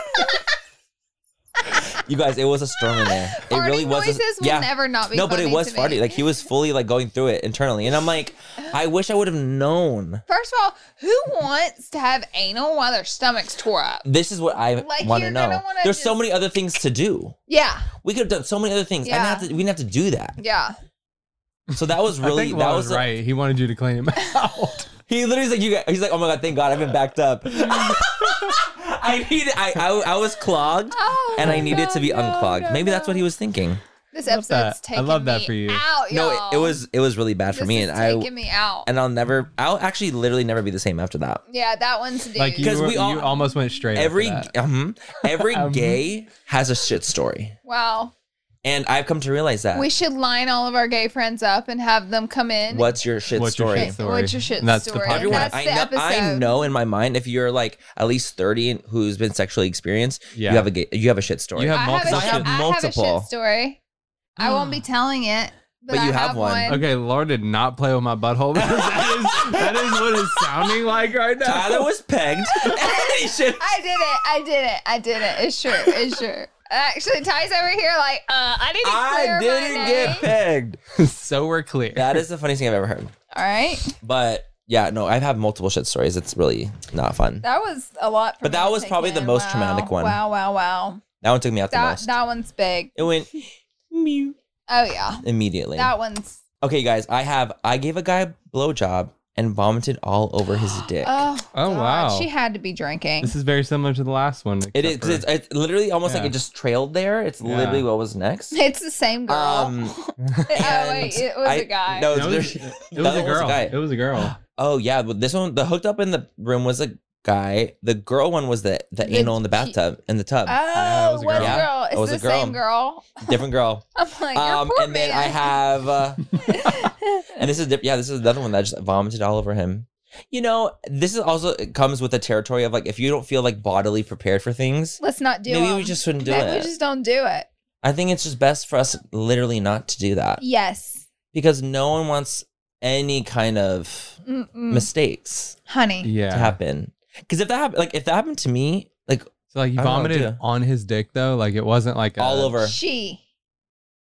you guys, it was a storm in there. It Farting really was. a- noises will never not be no, but it funny was to farty. me. Like he was fully like going through it internally, and I'm like, I wish I would have known. First of all, who wants to have anal while their stomach's tore up? This is what I Like, want to you're know. gonna wanna There's so just- many other things to do. Yeah, We could have done so many other things. I Yeah. didn't have to, we didn't have to do that. yeah. So that was really [LAUGHS] I think that Juan was a- right. He wanted you to clean him [LAUGHS] out. He literally's like, you guys, he's like, oh my god, thank God, I've been backed [LAUGHS] up. [LAUGHS] I need, I, I, I was clogged, Oh, and I needed to be no, no, unclogged. no, Maybe that's no. what he was thinking. This love that. episode's I taking love that me for you. out, No, y'all. it, it was, it was really bad This for me, is and I, taking me out. and I'll never, I'll actually literally never be the same after that. yeah, that one's dude. Like you, 'Cause were, we all- you almost went straight. after Every, that. um, every [LAUGHS] Um. gay has a shit story, wow. and I've come to realize that. We should line all of our gay friends up and have them come in. What's your shit What's your story? shit story? What's your shit And that's story? The podcast. Everyone, That's I the know, I episode. know in my mind, if you're like at least thirty and who's been sexually experienced, yeah. you have a gay, you have a shit story. You have I multiple have a shit, shit- I multiple. have a shit story. [GASPS] I won't be telling it, but, But you I have have, one. one. Okay, Laura did not play with my butthole. that, is, that is what it's sounding like right [LAUGHS] now. Tyler [LAUGHS] [LAUGHS] was pegged. [LAUGHS] He should- I did it. I did it. I did it. It's sure. It's sure. Actually, Ty's over here like, uh, I need to clear I didn't my get name. pegged. so we're clear. That is the funniest thing I've ever heard. All right. But yeah, no, I've had multiple shit stories. It's really not fun. That was a lot. For But me that to was take probably the in. most Wow. traumatic one. Wow, wow, wow. That one took me out the That most. that one's big. [LAUGHS] It went mew Oh yeah, immediately. that one's. Okay, guys, I have I gave a guy a blowjob and vomited all [GASPS] over his dick. Oh, Oh, God. wow. She had to be drinking. This is very similar to the last one. It except is for- it's, it's literally almost like Yeah. it just trailed there. It's Yeah. literally what was [LAUGHS] next. [LAUGHS] It's the same girl. Um, [LAUGHS] oh wait, and it was I- a guy. No, No, it was, there- it that was a one was a girl. guy. it was a girl. Oh yeah, but this one the hooked up in the room was a guy. The girl one was the the, The- anal in the bathtub in the tub. oh, Yeah, it was was girl. a girl. Yeah, it It's was the a girl. same girl. [LAUGHS] Different girl. I'm like, you're um, poor and then man. I have, uh, and this is diff- yeah, this is another one that just vomited all over him. You know, this is also it comes with the territory of like if you don't feel like bodily prepared for things, [LAUGHS] Let's not do maybe them. we just shouldn't do Maybe it. we just don't do it. I think it's just best for us literally not to do that Yes, because no one wants any kind of Mm-mm. mistakes honey. [GASPS] Yeah. to happen. Because if that happened, like if that happened to me, like So like he I don't know, vomited dude. on his dick though. Like it wasn't like a- all over, She.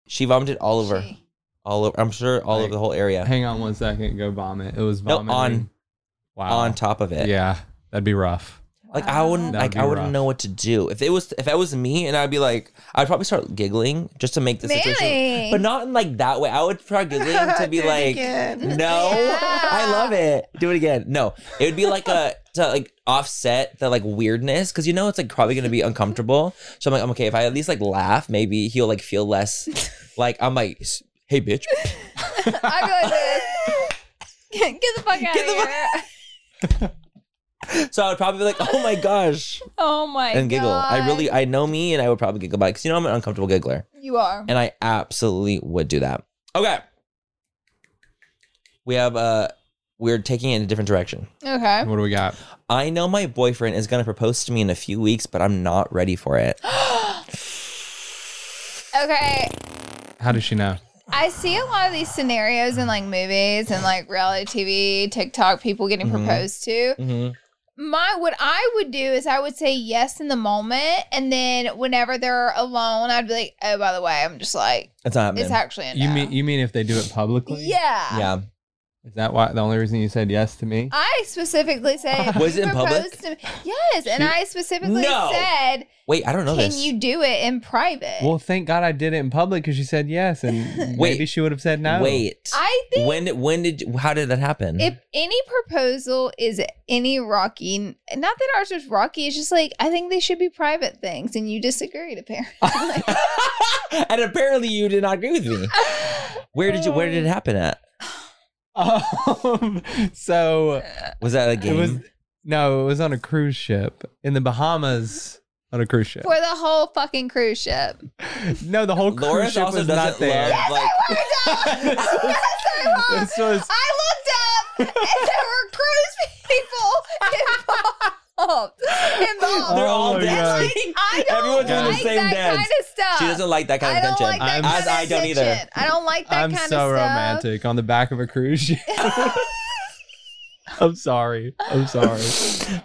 she vomited all over, She. all over. I'm sure all over Like, the whole area Hang on one second. Go vomit. It was No, vomiting. on- Wow. on top of it. Yeah, that'd be rough. Like I Uh, wouldn't That'd like be I wouldn't rough. know what to do. If it was if that was me and I'd be like I'd probably start giggling just to make the situation Really? [LAUGHS] but not in like that way. I would start giggling to be like no. I love it. Do it again. No. It would be like a to like offset the like weirdness cuz you know it's like probably going to be uncomfortable. So I'm like I'm okay if I at least like laugh maybe he'll like feel less like I'm like s- hey bitch. I go like this. [LAUGHS] Get, get the fuck out Get of the fuck- here. So I would probably be like oh my gosh oh my and giggle. I God. really I know me and I would probably giggle about cuz you know I'm an uncomfortable giggler. You are. and I absolutely would do that. Okay. We have uh we're taking it in a different direction. Okay. What do we got? I know my boyfriend is going to propose to me in a few weeks, but I'm not ready for [GASPS] it. okay. How does she know? I see a lot of these scenarios in like movies and like reality TV, TikTok, people getting Mhm. proposed to. Mm-hmm. Mhm. My what I would do is I would say yes in the moment, and then whenever they're alone, I'd be like, "Oh, by the way, I'm just like It's not happening. it's actually a no." You mean you mean if they do it publicly? yeah. yeah. Is that why the only reason you said yes to me? I specifically said [LAUGHS] Was it in public? proposed to me- Yes, and I specifically No. said, Wait, I don't know "Can this. you do it in private?" Well, thank God I did it in public because she said yes, [LAUGHS] and Wait. maybe she would have said no. Wait. I think when when did how did that happen? [LAUGHS] if any proposal is any rocky, not that ours was rocky, it's just like I think they should be private things, and you disagreed apparently. [LAUGHS] [LAUGHS] and apparently you did not agree with me. Where did you where Oh. did it happen at? [LAUGHS] Um, so Was that a it game? was no, it was on a cruise ship in the Bahamas on a cruise ship. For the whole fucking cruise [LAUGHS] ship. [LAUGHS] Oh No, the whole Laura cruise ship also was doesn't not there. love like yes, I was. [LAUGHS] this [LAUGHS] was I looked up, and there were cruise people involved. involved. [LAUGHS] They're all Oh my dancing. I don't Everyone's doing the like same that dance. kind of stuff. [LAUGHS] She doesn't like that kind I of don't tension. like that I'm- kind as of I don't either. attention. I don't like that I'm kind so of stuff. [LAUGHS] romantic on the back of a cruise ship. [LAUGHS] I'm sorry. [LAUGHS] I'm sorry.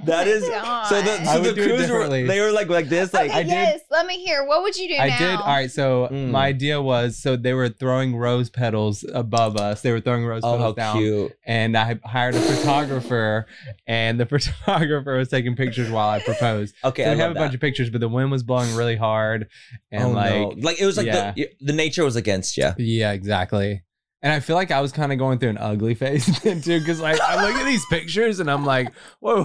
That is God. so. The, so I would the do it crews were differently. they were like like this like Okay, did- yes. Let me hear. What would you do now? I did. All right. So Mm. my idea was so they were throwing rose petals above us. They were throwing rose oh petals how down. cute. And I hired a photographer, and the [LAUGHS] photographer was taking pictures while I proposed. Okay, so I we love have a that. bunch of pictures, but the wind was blowing really hard, and oh, like no. like it was like yeah. the the nature was against you. Yeah, exactly. And I feel like I was kind of going through an ugly [LAUGHS] phase then too, because like I look at these pictures and I'm like, whoa,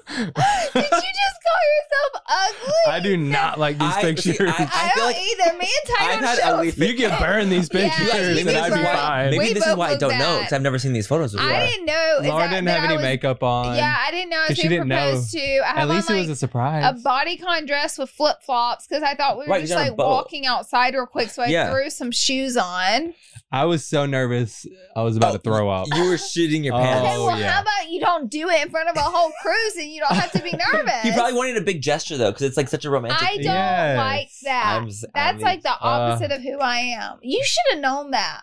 [LAUGHS] Did you just call yourself ugly? I do not like these I- see, pictures. I- [LAUGHS] I, I feel don't either. Me and Ty I've don't had show- ugly [LAUGHS] you can burn these Yeah, pictures like, you and can I'd burn- be why, fine. maybe We this is both why I look don't know bad. because I've never seen these photos before. I didn't know. is Laura that- didn't that have I any was- makeup on. Yeah, I didn't know I was 'cause she being didn't know. proposed to. I At have on least it was like a a surprise. bodycon dress with flip flops because I thought we were Right, just you're on a like boat. walking outside real quick. So I Yeah. threw some shoes on. I was so nervous. I was about Oh, to throw up. You were shitting your Oh. Okay, pants. well, yeah. how about you don't do it in front of a whole cruise and you don't have to [LAUGHS] be nervous? He probably wanted a big gesture though because it's like such a romantic. I don't Yes. like that. I'm s- That's I'm- like uh, the opposite of who I am. You should have known that.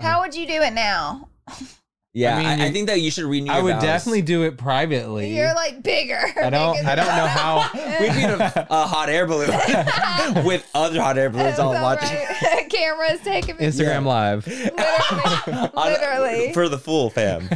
How would you do it now? yeah, I, I mean, I you- think that you should renew. I your would vows. [LAUGHS] definitely do it privately. You're like bigger. [LAUGHS] I don't. Bigger I don't than- know how. [LAUGHS] We need a, a hot air balloon with other hot air balloons It's all all watching. right. [LAUGHS] Camera's taking me. Yeah. Instagram [LAUGHS] Live. [LAUGHS] Literally. [LAUGHS] On- Literally. for the fool fam.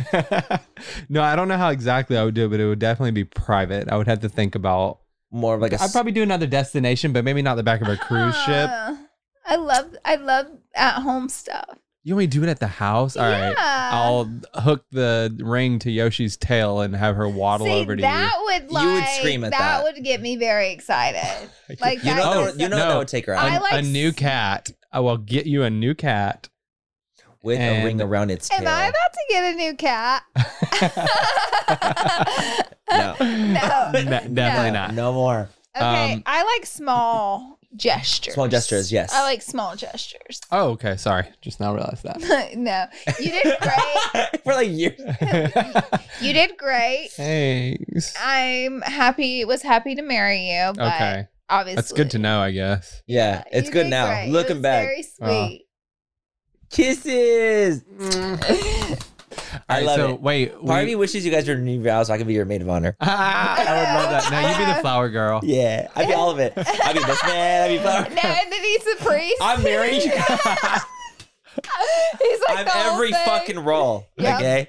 no, I don't know how exactly I would do it, but it would definitely be private. I would have to think about More of like a I'd probably do another destination, but maybe not the back of a cruise ship. Ah, I love I love at home stuff. You want me to do it at the house? All right. Yeah. I'll hook the ring to Yoshi's tail and have her waddle See, over to that would You would like scream at that. would get me very excited. [LAUGHS] you. Like you that know is that- you know Oh, No. that would take her a, out I like a new s- cat. I will get you a new cat. with a and- ring around its Am tail. I about to get a new [LAUGHS] cat? no. [LAUGHS] [LAUGHS] no. Ne- No, definitely not. No more [LAUGHS] Okay, Um, I like small gestures. small gestures. Yes. I like small gestures. [LAUGHS] Oh, okay. Sorry. Just now realized that. no, you did great. for like years. You did great. Thanks. I'm happy. Was happy to marry you. Ah, But Okay. obviously That's good to know, I guess. Yeah, it's you good did now. great. It Looking was back, Oh. very sweet. kisses. I Alright, love so it. Wait. Part of [LAUGHS] [LAUGHS] we- me wishes you guys were new vows so I could be your maid of honor. Ah, I would love that. No, [LAUGHS] you be the flower girl. Yeah, I'd be all of it. I'd be best [LAUGHS] man. I'd be flower. No, and then he's a priest. [LAUGHS] I'm married. he's like [LAUGHS] I'm the whole every thing. fucking role. Yep. Okay,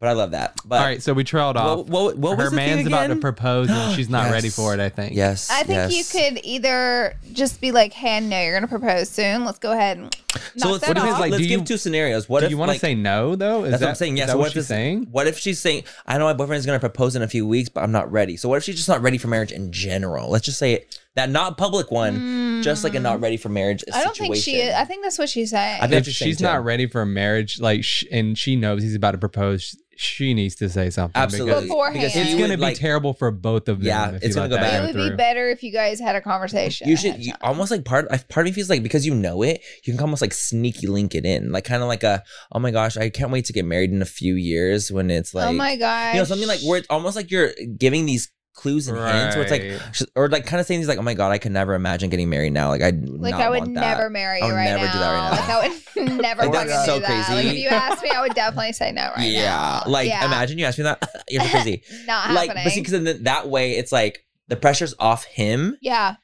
but I love that. But All right. So we trailed off. what, what, what was her the thing man's about to again? propose and she's not [GASPS] Yes. ready for it, I think. Yes, I think yes. you could either just be like, "Hand, no, you're gonna propose soon. Let's go ahead and knock So let's, that what if it's off." like- let's do give you- two scenarios. What Do if you want to like, say no though? Is That's that, what I'm saying. is Yes. that what, what, if she's this- saying? What if she's saying, I know my boyfriend's going to propose in a few weeks, but I'm not ready. So what if she's just not ready for marriage in general? Let's just say it, that not public one, just like a not ready for marriage Hmm. I don't situation. think she is. I think that's what she's saying. I think- If That's the same she's too. not ready for a marriage, like, sh- and she knows he's about to propose, she needs to say something. Absolutely. because Beforehand. Because It's you It going to would, be like- terrible for both of them. Yeah, if it's you gonna go let that bad. it would be through. better if you guys had a conversation. You should ahead of you, time. almost like part. I- Part of me feels like because you know it, you can almost like sneaky link it in, like kind of like a, oh my gosh, I can't wait to get married in a few years when it's like, oh my god! you know, something like where it's almost like you're giving these clues and hints, where it's like, Right. sh- or like kind of saying these like, oh my god, I could never imagine getting married now. Like I Like I would never marry you I would right, never now. do that right now. Like I would [LAUGHS] never Like, fucking that's so do that. crazy. Like if you asked me, I would definitely say no right yeah. now. Like Yeah. imagine you ask me that. [LAUGHS] You're so crazy. [LAUGHS] Not like happening. but see, because then that way it's like the pressure's off him yeah,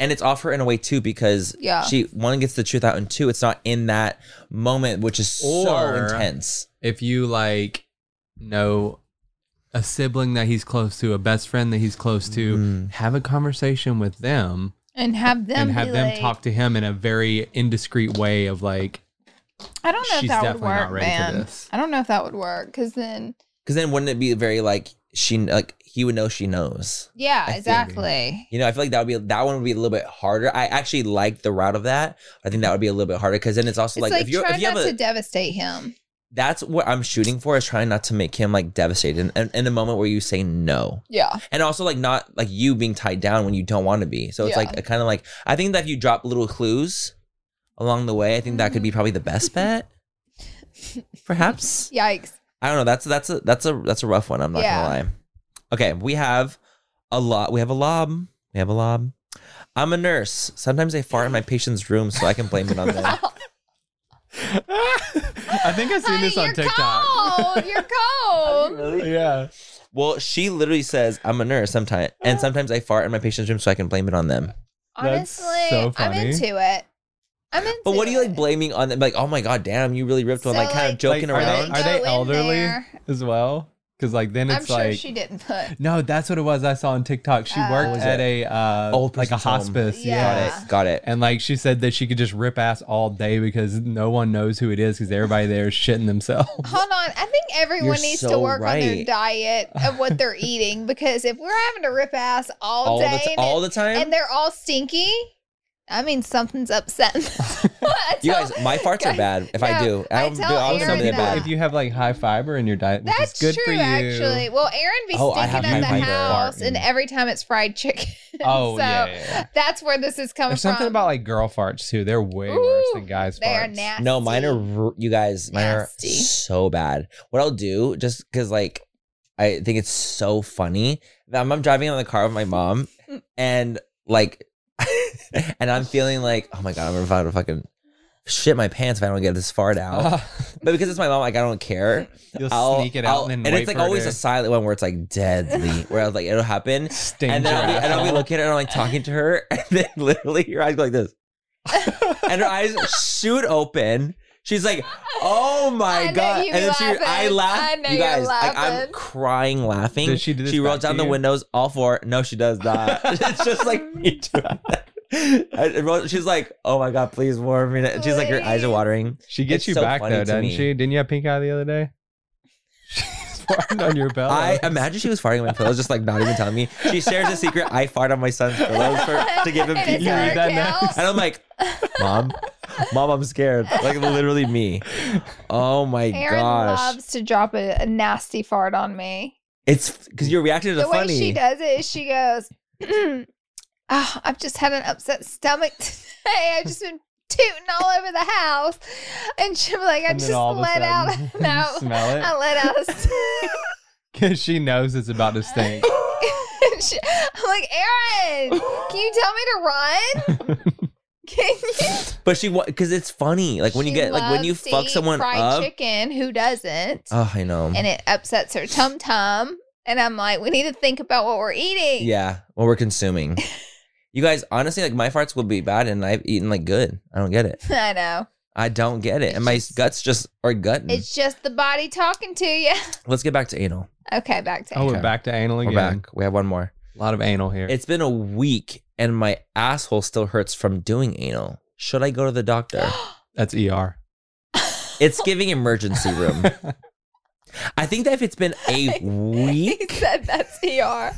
and it's off her in a way too because Yeah. she one gets the truth out and two it's not in that moment which is so Or- intense. if you like know a sibling that he's close to, a best friend that he's close to, Mm. have a conversation with them and have them and have be them like, talk to him in a very indiscreet way of like, I don't know if She's that would definitely not work, ready for man. this. [LAUGHS] I don't know if that would work because then, Because then wouldn't it be very like she like he would know she knows. yeah, I feel you. exactly. You know, I feel like that would be that one would be a little bit harder. I actually like the route of that. I think that would be a little bit harder because then it's also It's like, like, if you are try if you have not a to devastate him. that's what I'm shooting for is trying not to make him like devastated in, in, in the moment where you say no. Yeah, and also like not like you being tied down when you don't want to be. So it's Yeah. like kind of like I think that if you drop little clues along the way, I think that could be Mm. probably [LAUGHS] the best bet. Perhaps yikes. [LAUGHS] I don't know. That's that's a that's a that's a rough one. I'm not Yeah. gonna lie. Okay, we have a lot. We have a lob. We have a lob. I'm a nurse. Sometimes I fart in my patient's room, so I can blame it on them. Oh, I think I've seen this Honey, you're on TikTok. cold. You're [LAUGHS] cold. Yeah. Well, she literally says, "I'm a nurse." Sometimes, Uh-huh. and sometimes I fart in my patient's room, so I can blame it on them. That's so Honestly, I'm funny. into it. I'm into But what do you it. like blaming on them? Like, oh my god, damn, you really ripped one. So, like, kind like, of joking Like, around. Are they Go in elderly? there. As well. Cause like then I'm it's sure like she didn't [LAUGHS] put. No, that's what it was. I saw on TikTok. She Oh. worked Was at it? a uh, Old like a person's home. hospice. Yeah. Got it. Got it. And like she said that she could just rip ass all day because no one knows who it is because everybody there is [LAUGHS] shitting themselves. Hold on. I think everyone You're needs to so work on their right. diet of what [LAUGHS] they're eating because if we're having to rip ass all, All the, day t- and, all the time. and they're all stinky, I mean something's [LAUGHS] upset. [LAUGHS] I you tell- guys, my [LAUGHS] farts guys, are bad. If I no, do, I I don't do. tell I Aaron don't do Some something people, bad. that. if you have like high fiber in your diet, which That's is good true, for you. actually. Well, Aaron be Oh, I stinking have at the high fiber. house, and Farting. every time it's fried chicken. [LAUGHS] [LAUGHS] Oh so yeah, yeah, yeah. that's where this is coming There's something from. about like girl farts too. They're way worse than Ooh, guys. they are farts. nasty. No, [LAUGHS] mine are r- you guys. Mine Nasty. are so bad. What I'll do, just because like I think it's so funny that I'm, I'm driving in the car with my [LAUGHS] mom, and like, [LAUGHS] and I'm feeling like, oh my god, I'm about to fucking shit my pants if I don't get this fart [LAUGHS] out. but because it's my mom, like I don't care. You'll I'll sneak it out I'll- and then and wait it's like for it always to a silent one where it's like deadly, where I was like it'll [LAUGHS] happen, stink and then your I'll be, and I'll be asshole. looking at her, and I'm like talking to her, [LAUGHS] and then literally her eyes go like [LAUGHS] this, and her eyes shoot open. She's like, "Oh I my know god!" you And then laughing. she, I laugh. I know you you're guys, like I'm laughing. crying laughing. Does she do this she rolls back to down the you? windows, all four. No, she does [LAUGHS] not. [LAUGHS] it's just like me doing that. I wrote- She's like, "Oh my god, please warn me." And She's like, "Your eyes are Please. watering." She gets It's you so back funny though, to doesn't me. she? Didn't you have pink eye the other day? [LAUGHS] She's farting on your belly. [LAUGHS] I imagine she was farting on my pillows, just like not even telling me. She shares a secret. I fart on my son's pillows for, to [LAUGHS] give him And peace. it's You her read that account. [LAUGHS] And I'm like, mom, mom, I'm scared. Like literally me. Oh my Aaron gosh. loves to drop a, a nasty fart on me. it's because you're reacting to The the way funny. she does it is she goes, [CLEARS THROAT] oh, I've just had an upset stomach [LAUGHS] today. I've just been tooting all over the house. And she'll be like, I And then just all of a let out. [LAUGHS] sudden, [LAUGHS] you No, smell it I let out a [LAUGHS] st- because she knows it's about [LAUGHS] to stink. And she- I'm like, Aaron, can you tell me to run? [LAUGHS] Can you? But she, because it's funny. Like when you She get, like when you loves to fuck eat someone fried up. chicken, who doesn't? Oh, I know. and it upsets her tum tum. And I'm like, we need to think about what we're eating. yeah, what we're consuming. you guys, honestly, like my farts will be bad, and I've eaten like good. I don't get it. [LAUGHS] I know. I don't get it, It's and my just- guts just are gutting. It's just the body talking to you. Let's get back to anal. [LAUGHS] Okay, back to Oh, Okay. we're back to anal We're again. back. We have one more. A lot of anal here. It's been a week, and my asshole still hurts from doing anal. Should I go to the doctor? That's ER. It's giving emergency room. I think that if it's been [LAUGHS] [LAUGHS] a He week, said that's [LAUGHS] ER.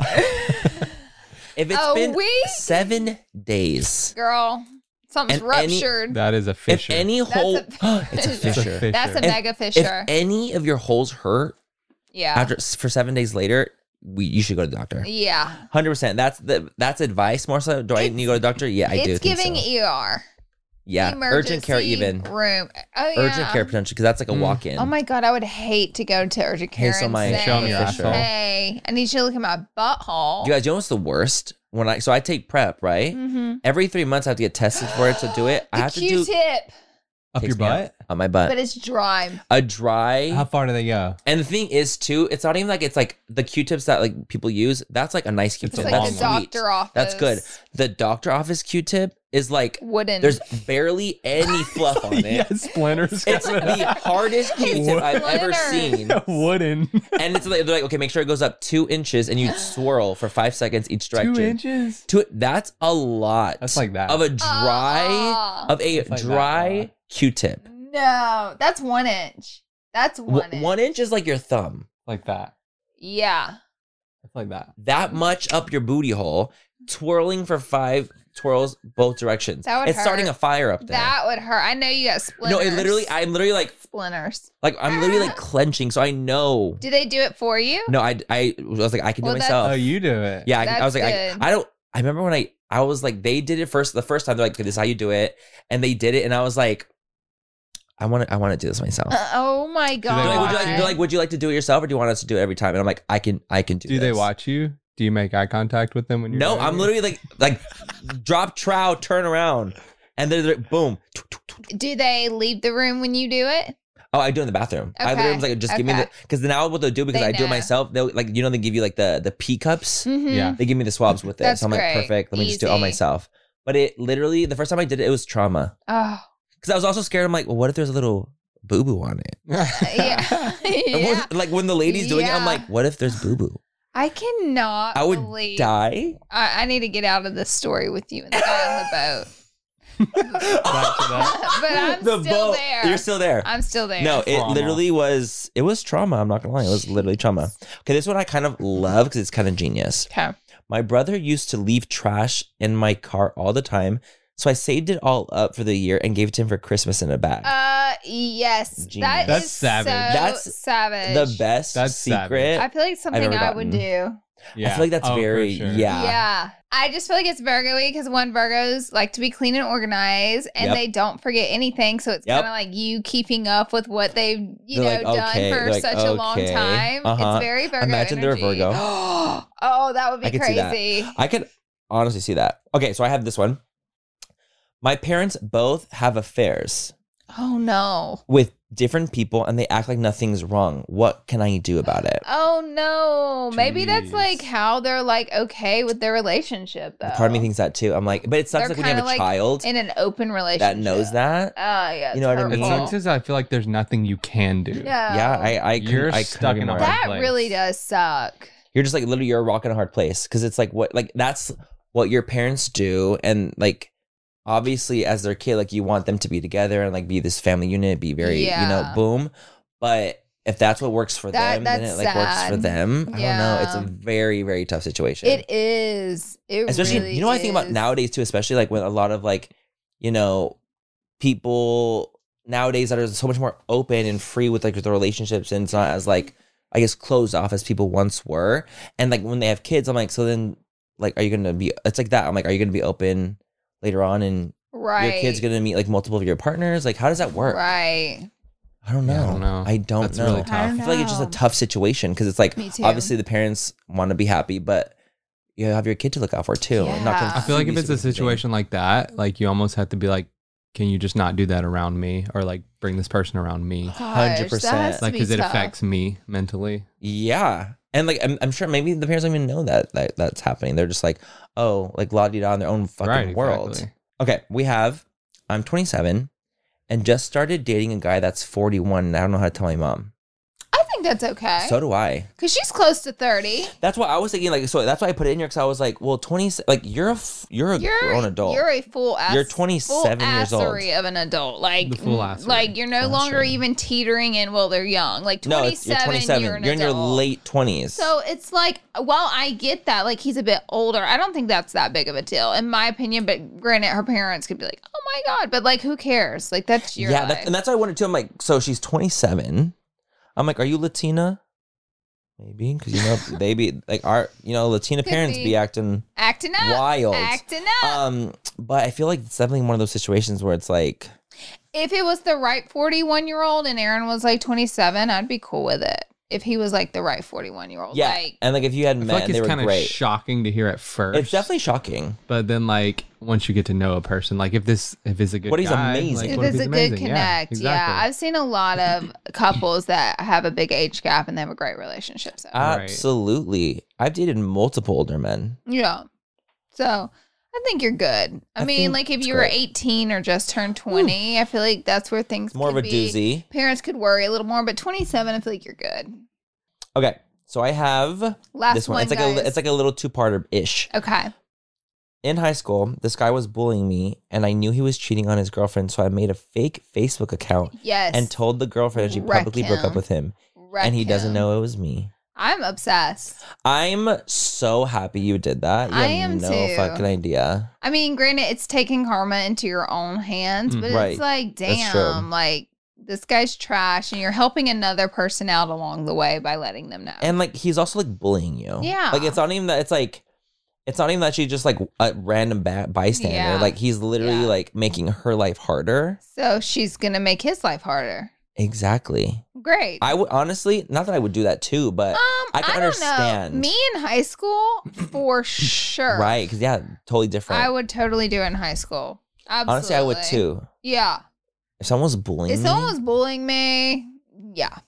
if it's a been week? seven days, Girl, something's And any- ruptured. That is a if fissure. [LAUGHS] any hole, [GASPS] a- it's a That's a fissure. fissure. that's a If- mega If fissure. any of your holes hurt yeah. after for seven days later, we, you should go to the doctor. yeah. Hundred percent. That's the that's advice more so. Do I need to go to the doctor? Yeah, I do. it's think giving so. ER. yeah, urgent care Emergency even Room. Oh, yeah. urgent care potential because that's like a Mm. walk in. Oh my god, I would hate to go to urgent care Hazel and might say, show me your asshole. "Hey, I need you to look at my butthole." You guys, you know what's the worst? When I so I take prep right mm-hmm. every three months, I have to get tested for it to do it. I the have to Q-tip, do Up your takes me out. butt? on my butt. but it's dry. a dry How far do they go? and the thing is too it's not even like it's like the q-tips that like people use that's like a nice It's q-tip It's a like that's the sweet. doctor office. that's good the doctor office q-tip is like Wooden. there's barely [LAUGHS] any fluff [LAUGHS] on it Yeah, splinters. it's coming the out. hardest q-tip i've ever Splinter. [LAUGHS] seen [LAUGHS] wooden. and it's like they're like okay make sure it goes up two [GASPS] inches and you swirl for five seconds each direction Two inches. Two- that's a lot That's like that. of a dry Ah, of a That's like that, dry uh, q-tip no, that's one inch. That's W- one inch. one inch is like your thumb Like that. Yeah. It's like that. that much up your booty hole, twirling for five twirls both directions. That would it's starting hurt. a fire up there. That would hurt. I know you got no, splinters. it literally, I'm literally like, splinters. like [LAUGHS] I'm literally like clenching, so I know. Do they do it for you? No, I, I was like, I can Well, do it that's- myself. Oh, you do it. yeah, I, I That's was like, I, good. I don't. I remember when I, I was like, they did it first the first time. They're like, this is how you do it, and they did it, and I was like, I want to, I want to do this myself. Uh, oh my they They're god. like, would watch you like, they're like, would you like to do it yourself, or do you want us to do it every time? And I'm like, I can, I can do. Do they this." watch you? do you make eye contact with them when you're? No, doing I'm [LAUGHS] it? literally like like drop trow, turn around, and then they're- boom. Do they leave the room when you do it? Oh, I do it in the bathroom. I literally Okay, was like, just give me okay. the because now what they'll do because They I do it know. myself. They'll like you know they give you like the the pee cups. Mm-hmm. Yeah. They give me the swabs with it. That's so I'm great. like, perfect. Let me just do it all Easy. myself. But it literally the first time I did it, it was trauma Oh, because I was also scared. I'm like, well, what if there's a little boo boo on it? [LAUGHS] yeah. [LAUGHS] And when- yeah. Like when the lady's doing it, I'm Yeah. like, what if there's boo boo? I cannot I would believe. die. I, I need to get out of this story with you and the guy on the boat. [LAUGHS] but I'm [LAUGHS] still The boat- there. You're still there. I'm still there. No, it Trauma. literally was. It was trauma. I'm not gonna lie. It was literally trauma. Okay, this one I kind of love because it's kind of genius. Okay. My brother used to leave trash in my car all the time, so I saved it all up for the year and gave it to him for Christmas in a bag. Uh, yes. Genius. That That's is savage. so That's savage. the best That's secret. I feel like something ever I would do. Yeah. I feel like that's Oh, for very sure. yeah. Yeah. I just feel like it's Virgo-y because one Virgos like to be clean and organized, and Yep. they don't forget anything. So it's Yep. kind of like you keeping up with what they've you They're know like, done okay. for They're like, such a long okay. time. Uh-huh. It's very Virgo. Imagine they're energy. [GASPS] Virgo. oh, that would be I could see that. crazy. I could honestly see that. Okay, so I have this one. My parents both have affairs Oh no. with different people, and they act like nothing's wrong. What can I do about it? Oh no. Maybe that's Jeez. like how they're like okay with their relationship Uh, though. Part of me thinks that too. I'm like, but it sucks They're like when you have kinda a like child in an open relationship that knows that. Oh yeah. You know what I It mean? sucks No. is I feel like there's nothing you can do. Yeah, I, I, couldn't- You're I couldn't stuck agree in a more. hard that place. really does suck. You're just like literally you're a rock in a hard place because it's like what like that's what your parents do and like obviously as their kid like you want them to be together and like be this family unit, be very you know Yeah. boom. But if that's what works for That- them, then it that's like works for sad. them. I don't know. It's Yeah. a very very tough situation. It is. It especially really you know what I think about is. nowadays too, especially like when a lot of like you know people nowadays that are so much more open and free with like their relationships and it's not as like I guess closed off as people once were. And like when they have kids, I'm like, so then like are you gonna be? It's like that. I'm like, are you gonna be open later on and Right. your kids gonna meet like multiple of your partners? Like how does that work? Right. I don't know. Yeah, I don't know. I don't That's know. really I don't I know. feel like it's just a tough situation because it's like Me too. obviously the parents want to be happy, but you have your kid to look out for too. and not Yeah. I feel like if it's completely a supervise them. situation like that, like you almost have to be like, can you just not do that around me, or like bring this person around [SIGHS] me, Gosh, 100%. that has to like be because it tough. affects me mentally. Yeah. And like I'm, I'm sure maybe the parents don't even know that, that that's happening. They're just like, oh, like la di da in their own fucking world. exactly. Okay, we have I'm 27 and just started dating a guy that's 41 and I don't know how to tell my mom. I think that's okay. So do I. Cause she's close to thirty. That's why I was thinking like so that's why I put it in here cuz I was like, well, 20 like you're a f- you're a You're grown adult. You're a full ass. You're 27 full years old. assery of an adult. Like The full n- assery. like you're no longer Assery. even teetering in well they're young. Like no, twenty it's- you're seven. 27. You're, an in your adult. late 20s. So it's like, while I get that, like he's a bit older, I don't think that's that big of a deal, in my opinion. But granted, her parents could be like, "Oh my god," but like, who cares? Like that's your yeah, life. that's, and that's what I wanted to. I'm like, so she's 27. I'm like, are you Latina? Maybe because [LAUGHS] you know they be like our you know Latina Could parents be. be. acting acting up, wild. acting up. Um, but I feel like it's definitely one of those situations where it's like, if it was the right forty-one-year-old and Aaron was like twenty-seven, I'd be cool with it. If he was like the right forty-one-year-old, yeah, like and like if you had I met, feel like and they it's were kind of great. shocking to hear at first. it's definitely shocking. but then like once you get to know a person, like if this if it's a good What he's guy, amazing. like, It what if is he's a amazing? good connect. Yeah, exactly. I've seen a lot [COUGHS] of couples that have a big age gap and they have a great relationship. Uh, So Right. Absolutely, I've dated multiple older men. Yeah. So I think you're good. I, I mean, think like if it's you were great. 18 or just turned 20, I feel like that's where things It's more of could a be- doozy. Parents could worry a little more, but 27, I feel like you're good. Okay, so I have Last this one. one. It's like guys. a it's like a little two parter ish. okay. In high school, this guy was bullying me, and I knew he was cheating on his girlfriend, so I made a fake Facebook account Yes. and told the girlfriend she Wreck publicly broke him. up with him, Wreck and he doesn't him. know it was me. I'm obsessed. I'm so happy you did that. You I have am no too. fucking idea. I mean, granted, it's taking karma into your own hands, Mm. but Right. it's like, That's true. damn, like this guy's trash, and you're helping another person out along the way by letting them know. And like he's also like bullying you. Yeah. Like it's not even that it's like it's not even that she's just like a random ba- bystander. Yeah. Like he's literally Yeah. like making her life harder. so she's gonna make his life harder. Exactly. Great. I would honestly, not that I would do that too, but um, I can don't understand. Know. Me in high school, [LAUGHS] for sure. right, because yeah, totally different. I would totally do it in high school. Absolutely. honestly, I would too. Yeah. If someone was bullying If me, someone was bullying me, yeah.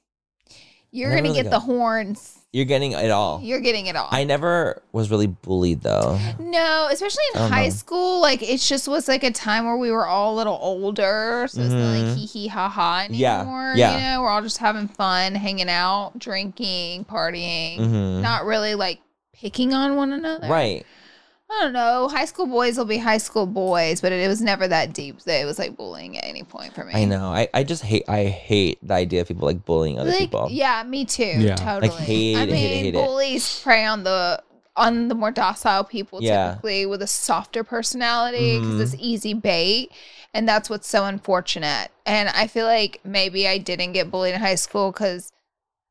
You're Never going to really Oh. get got- the horns. you're getting it all. You're getting it all. I never was really bullied though. no, especially I in don't high know. school, like it just was like a time where we were all a little older, so it's not Mhm. like hee hee ha ha Yeah, anymore. yeah. You know, we're all just having fun, hanging out, drinking, partying, Mhm. not really like picking on one another. Right. I don't know. High school boys will be high school boys, but it, it was never that deep that it was like bullying at any point for me. I know. I, I just hate I hate the idea of people like bullying other like, people. Yeah, me too. Yeah. Totally. hate I it, hate it, mean, hate it. bullies prey on the on the more docile people Yeah. typically with a softer personality because Mhm. it's easy bait, and that's what's so unfortunate. And I feel like maybe I didn't get bullied in high school because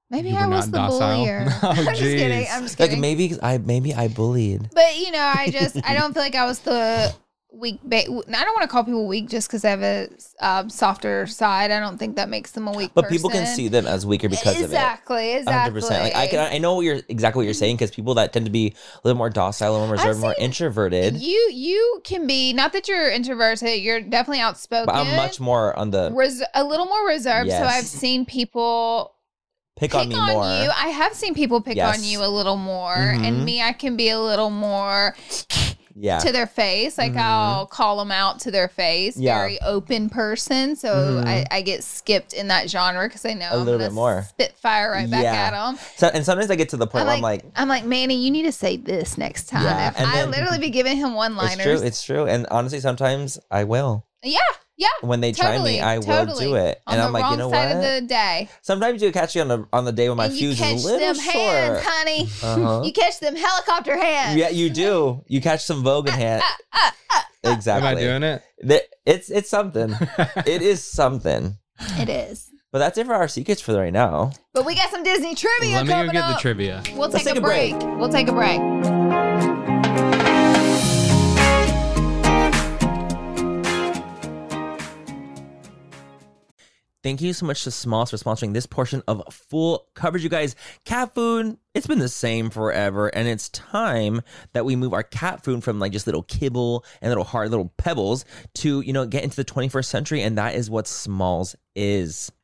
maybe You were I was not the docile? [LAUGHS] bullier. [LAUGHS] Oh, I'm just kidding. jeez. I'm just Like kidding. maybe 'cause I maybe I bullied. But you know, I just I [LAUGHS] don't feel like I was the weak. Ba- I don't want to call people weak just because they have a um, softer side. I don't think that makes them a weak. But people can person. see them as weaker because exactly, of it. exactly. Like I can I know what you're exactly what you're saying because people that tend to be a little more docile and more I've reserved, more seen- introverted. You you can be not that you're introverted. You're definitely outspoken. But I'm much more on the res- a little more reserved. So Yes. I've seen people pick, on me more. you. I have seen people pick Yes. on you a little more, Mhm. and me, I can be a little more yeah. to their face. Like Mhm. I'll call them out to their face. Yeah. Very open person. So Mhm. I, I get skipped in that genre because I know A I'm little gonna bit more. spitfire right back Yeah. at them. So, and sometimes I get to the point I'm where like, I'm like, I'm like, Manny, you need to say this next time. Yeah, If and I then- literally be giving him one it's true, liners. it's true. And honestly, sometimes I will. Yeah, yeah. When they try Totally, me, I will do totally. it. On and the I'm like, wrong you know side what? of the day. Sometimes you catch me on the on the day when my and you fuse catch is a little them short. hands, honey. Uh-huh. You catch them helicopter hands. [LAUGHS] Yeah, you do. You catch some Vogue [LAUGHS] in hand. Am Exactly. I doing it? Th- It's it's [LAUGHS] something. it is something. It is. But that's it for our secrets for right now. But we got some Disney trivia Let me coming go get up. the trivia. We'll Let's take, a, break. We'll take a break. Thank you so much to Smalls for sponsoring this portion of full coverage, you guys. Cat food, it's been the same forever, and it's time that we move our cat food from like just little kibble and little hard little pebbles to, you know, get into the 21st century, and that is what Smalls is.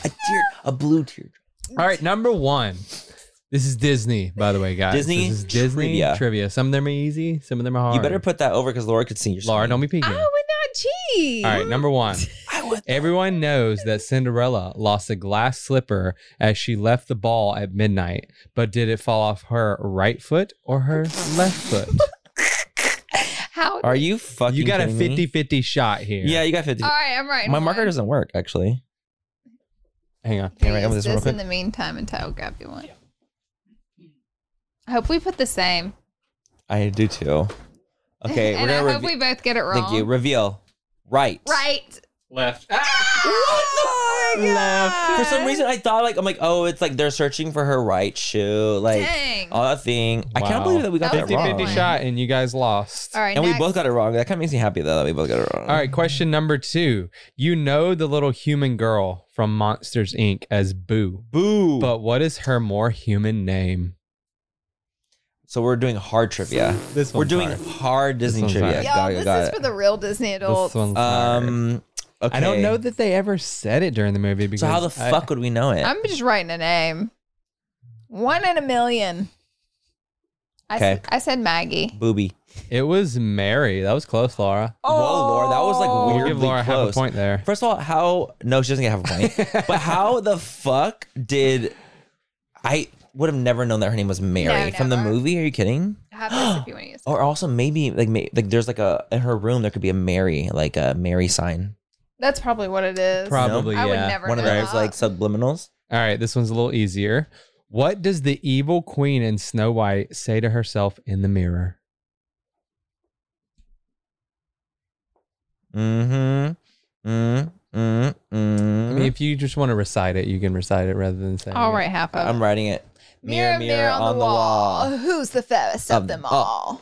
A tear, a blue teardrop. All right, number one. This is Disney, by the way, guys. Disney This is Disney trivia. trivia. Some of them are easy. Some of them are hard. You better put that over because Laura could see your. Laura, smile. don't be peeking. I would not cheat. All right, number one. I would. Everyone knows that Cinderella lost a glass slipper as she left the ball at midnight, but did it fall off her right foot or her left foot? How? Are you [LAUGHS] fucking? you got a kidding me? 50 50 shot here. Yeah, you got fifty. All right, I'm right. My marker doesn't work actually. Hang on. Hang on, I'm Use with this this real in quick. the meantime until I'll grab you one. I hope we put the same. I do too. Okay, [LAUGHS] we're and I gonna hope reve- we both get it wrong. Thank you. Reveal. Right. Right. Left. What the Left. For some reason, I thought like I'm like, oh, it's like they're searching for her right shoe, like Dang. all that thing. I Wow. can't believe that we got That that, 50 was wrong. 50 one. shot, and you guys lost. All right. And we next. both got it wrong. That kind of makes me happy though that we both got it wrong. All right, question number two. You know the little human girl from Monsters Inc. as Boo, Boo. but what is her more human name? so we're doing hard trivia. This We're one's doing hard. hard Disney one's trivia. hard. Y'all, Got it, this got is it. for the real Disney adults. This one's hard. Um. Okay. I don't know that they ever said it during the movie because So how the I- fuck would we know it? I'm just writing a name. One in a million. I, s- Okay. I said Maggie. Booby. it was Mary. That was close, Laura. Whoa, Laura, that was Oh. like We'll weirdly give Laura close. half a point there. First of all, how? No, she doesn't get half a [LAUGHS] point. but how the fuck did I? Would have never known that her name was Mary No, from the never. movie. Are you kidding? Have this if you want to [GASPS] use it. Or also maybe like may, like there's like a in her room there could be a Mary like a Mary sign. That's probably what it is. Probably, I would yeah. never One of know those that. like subliminals. All right, this one's a little easier. What does the evil queen in Snow White say to herself in the mirror? Mm-hmm. Mm. Mm. I Mm. mean, if you just want to recite it, you can recite it rather than saying. All it. right, half of I'm writing it. Mirror, mirror, on, the, wall. [LAUGHS] Who's the fairest of, Of them oh, them all?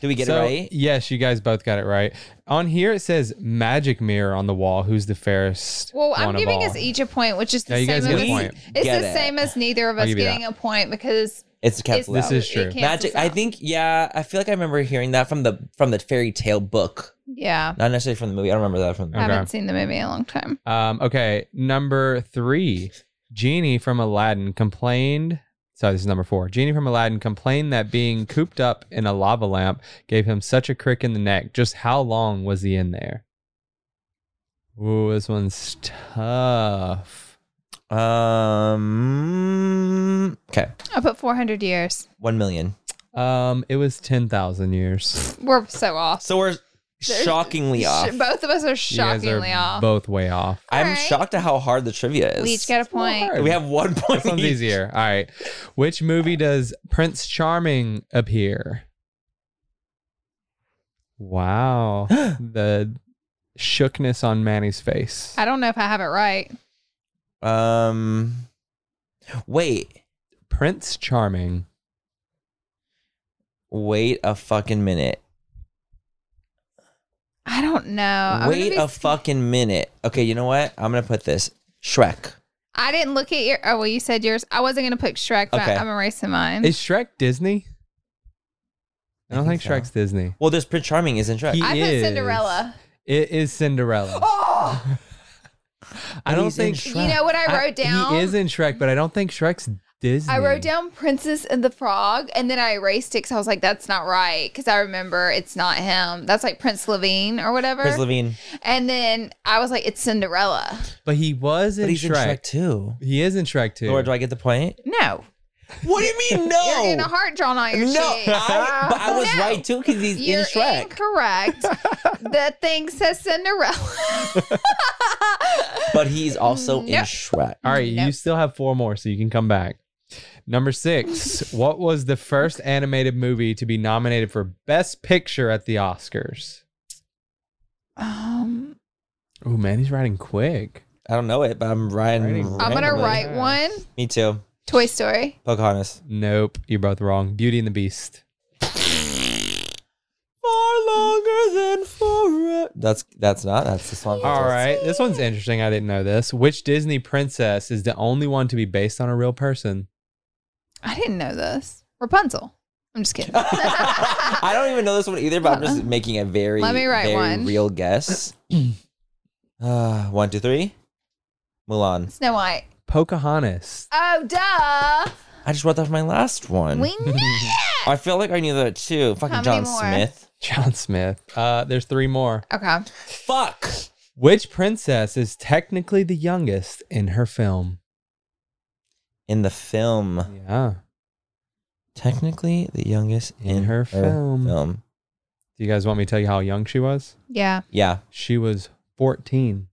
Do we get So, it right? Yes, you guys both got it right. On here it says magic mirror on the wall. Who's the fairest? Well, I'm one of giving all? us e- each a point, which is the Yeah, you same guys as get a We point. it's get the it. same as neither of I'll us give you getting a point because It's it's, canceled This out. is it true. cancels Magic. I out. think. Yeah. I feel like I remember hearing that from the from the fairy tale book, Yeah. not necessarily from the movie. I don't remember that from. The Okay. Haven't seen the movie in a long time. Um, okay, number three, Genie from Aladdin complained. Sorry, this is number four. Genie from Aladdin complained that being cooped up in a lava lamp gave him such a crick in the neck. Just how long was he in there? Ooh, this one's tough. Um. Okay. I put 400 years. One million. Um, it was ten thousand years. We're so off. So we're There's- shockingly Sh- off. Both of us are You guys are shockingly off. Both way off. I'm Alright. shocked at how hard the trivia is. We each got a point. hard. We have one point. This one's each. easier. All right. Which movie does Prince Charming appear? [GASPS] Wow. the shookness on Manny's face. I don't know if I have it right. Um. Wait. Prince Charming. Wait a fucking minute. I don't know. Oh, I'm gonna Wait be a s- fucking minute. Okay, you know what? I'm gonna put this Shrek. I didn't look at your. Oh well, you said yours. I wasn't gonna put Shrek, but Okay. I'm erasing mine. Is Shrek Disney? I don't I think, think so. Shrek's Disney. Well, there's Prince Charming is in Shrek. He I put is. Cinderella. It is Cinderella. I [LAUGHS] But don't he's in think Shrek. You know what I I- wrote down? He is in Shrek, but I don't think Shrek's Disney. I wrote down Princess and the Frog, and then I erased it because I was like, "That's not right," because I remember it's not him. That's like Prince Levine or whatever. Prince Levine. and then I was like, "It's Cinderella." But he was in But he's in Shrek. Shrek too. He is in Shrek too. Laura, do I get the point? No, What do you [LAUGHS] mean you're getting a no? heart drawn on your No, cheek. I, but I was No. right too because he's You're in Shrek. incorrect. the thing says Cinderella. [LAUGHS] But he's also in Nope. Shrek. All right, Nope. you still have four more, so you can come back. Number [LAUGHS] six, what was the first animated movie to be nominated for Best Picture at the Oscars? Um, Oh man, he's writing quick. I don't know it, but I'm Writing Ryan. I'm gonna Randomly. write Yeah. one. Me too. Toy Story. Pocahontas. Nope, you're both wrong. Beauty and the Beast. Far longer than forever. That's that's not. That's the song. All right, this one's interesting. I didn't know this. Which Disney princess is the only one to be based on a real person? I didn't know this. Rapunzel. I'm just kidding. [LAUGHS] I don't even know this one either, but I'm just making a very Let me write very one. real [CLEARS THROAT] guess. uh, one, two, three. Mulan. Snow White. Pocahontas. [LAUGHS] Oh, duh. I just wrote that for my last one. We knew it. I feel like I knew that too. Fucking How many John more? Smith. John Smith. Uh, there's three more. Okay. Fuck. Which princess is technically the youngest in her film? In the film, Yeah. technically the youngest In in, her film. film. Do you guys want me to tell you how young she was? Yeah. Yeah. She was 14.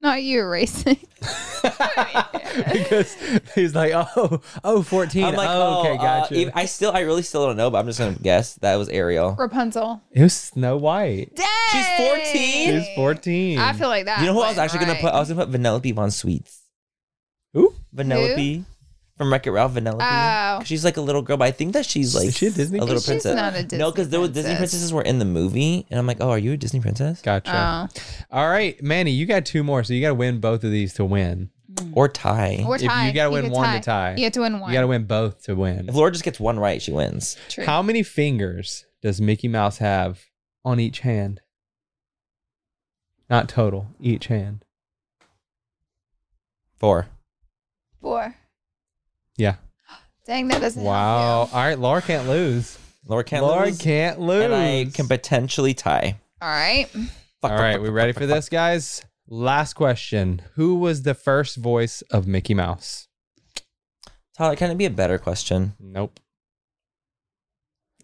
Not you racing. [LAUGHS] because he's like, oh, oh, 14. I'm like, oh, okay, uh, gotcha. ev- I still, I really still don't know, but I'm just gonna guess that was Ariel. Rapunzel. it was Snow White. Dang. 14? She's 14. I feel like that. You know who I was wasn't actually gonna right. put? I was gonna put Vanellope Von Sweets. Who? Vanellope from Wreck It Ralph. Vanellope. Oh. She's like a little girl, but I think that she's like Is she a Disney little She's princess. not a Disney no, because there was Disney princesses were in the movie, and I'm like, oh, are you a Disney princess Gotcha. Oh. All right, Manny, you got two more, so you got to win both of these to win. or tie? Mm. Or If you tie. gotta win could one to tie. You have to win one. You got to win both to win. if Laura just gets one right, she wins. True. How many fingers does Mickey Mouse have on each hand? Not total, each hand. Four. Four. Yeah. Dang, that doesn't. help Wow. you. All right, Laura can't lose. Laura can't Laura lose, can't lose. and I can potentially tie. All right. Fuck, fuck, All right, fuck, we fuck, ready fuck, for fuck, this, guys? Last question. Who was the first voice of Mickey Mouse? fuck. Tyler, can it be a better question? Nope.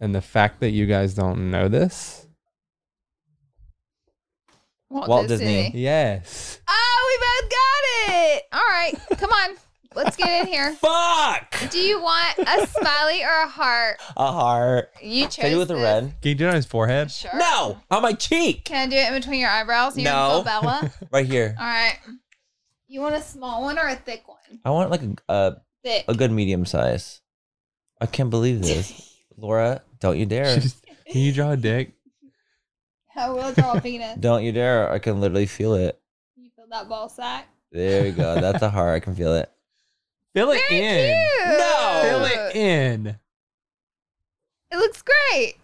And the fact that you guys don't know this? Walt, Walt Disney. Disney. Yes. Oh, we both got it. All right. Come on. Let's get in here. Fuck. Do you want a smiley or a heart? A heart. You chose. Can you with a this. red? Can you do it on his forehead? Sure. No, on my cheek, Can I do it in between your eyebrows? Your No. Glabella? right here. All right. You want a small one or a thick one? I want like a, a Thick. a good medium size. I can't [LAUGHS] believe this, Laura. Don't you dare! Just- Can you draw a dick? I will draw a penis. Don't you dare! I can literally feel it. You feel that ball sack? There we go. That's a heart. I can feel it. Fill it Very in. cute. No. Fill it in. It looks great.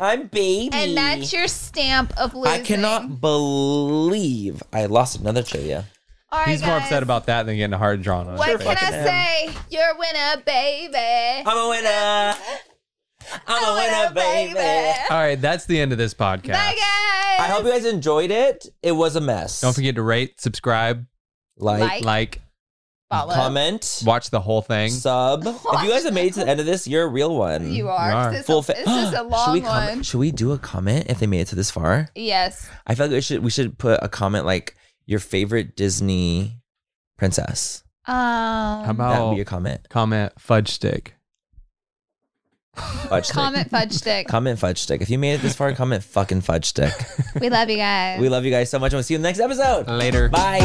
I'm baby. And that's your stamp of losing. I cannot believe I lost another trivia. All right, He's more guys. upset about that than getting a heart drawn on What Sure his can face. I fucking am. say? You're a winner, baby. I'm a winner. I'm a winner, baby. All right, that's the end of this podcast. Bye, guys. I hope you guys enjoyed it. It was a mess. Don't forget to rate, subscribe, like, Like, like, Follow. comment, watch the whole thing. sub. [LAUGHS] If you guys have made it to the end of this, you're a real one. You are. You are. This, is Full a, fa- this is a long [GASPS] should we one. comment- should we do a comment if they made it to this far? Yes. I feel like we should we should put a comment like your favorite Disney princess. Um, How That would about be a comment. comment fudge stick? Fudge stick. comment fudge [LAUGHS] stick. Comment fudge stick. If you made it this far, comment fucking [LAUGHS] fudge stick. we love you guys. We love you guys so much, and we'll see you in the next episode. Later. Bye.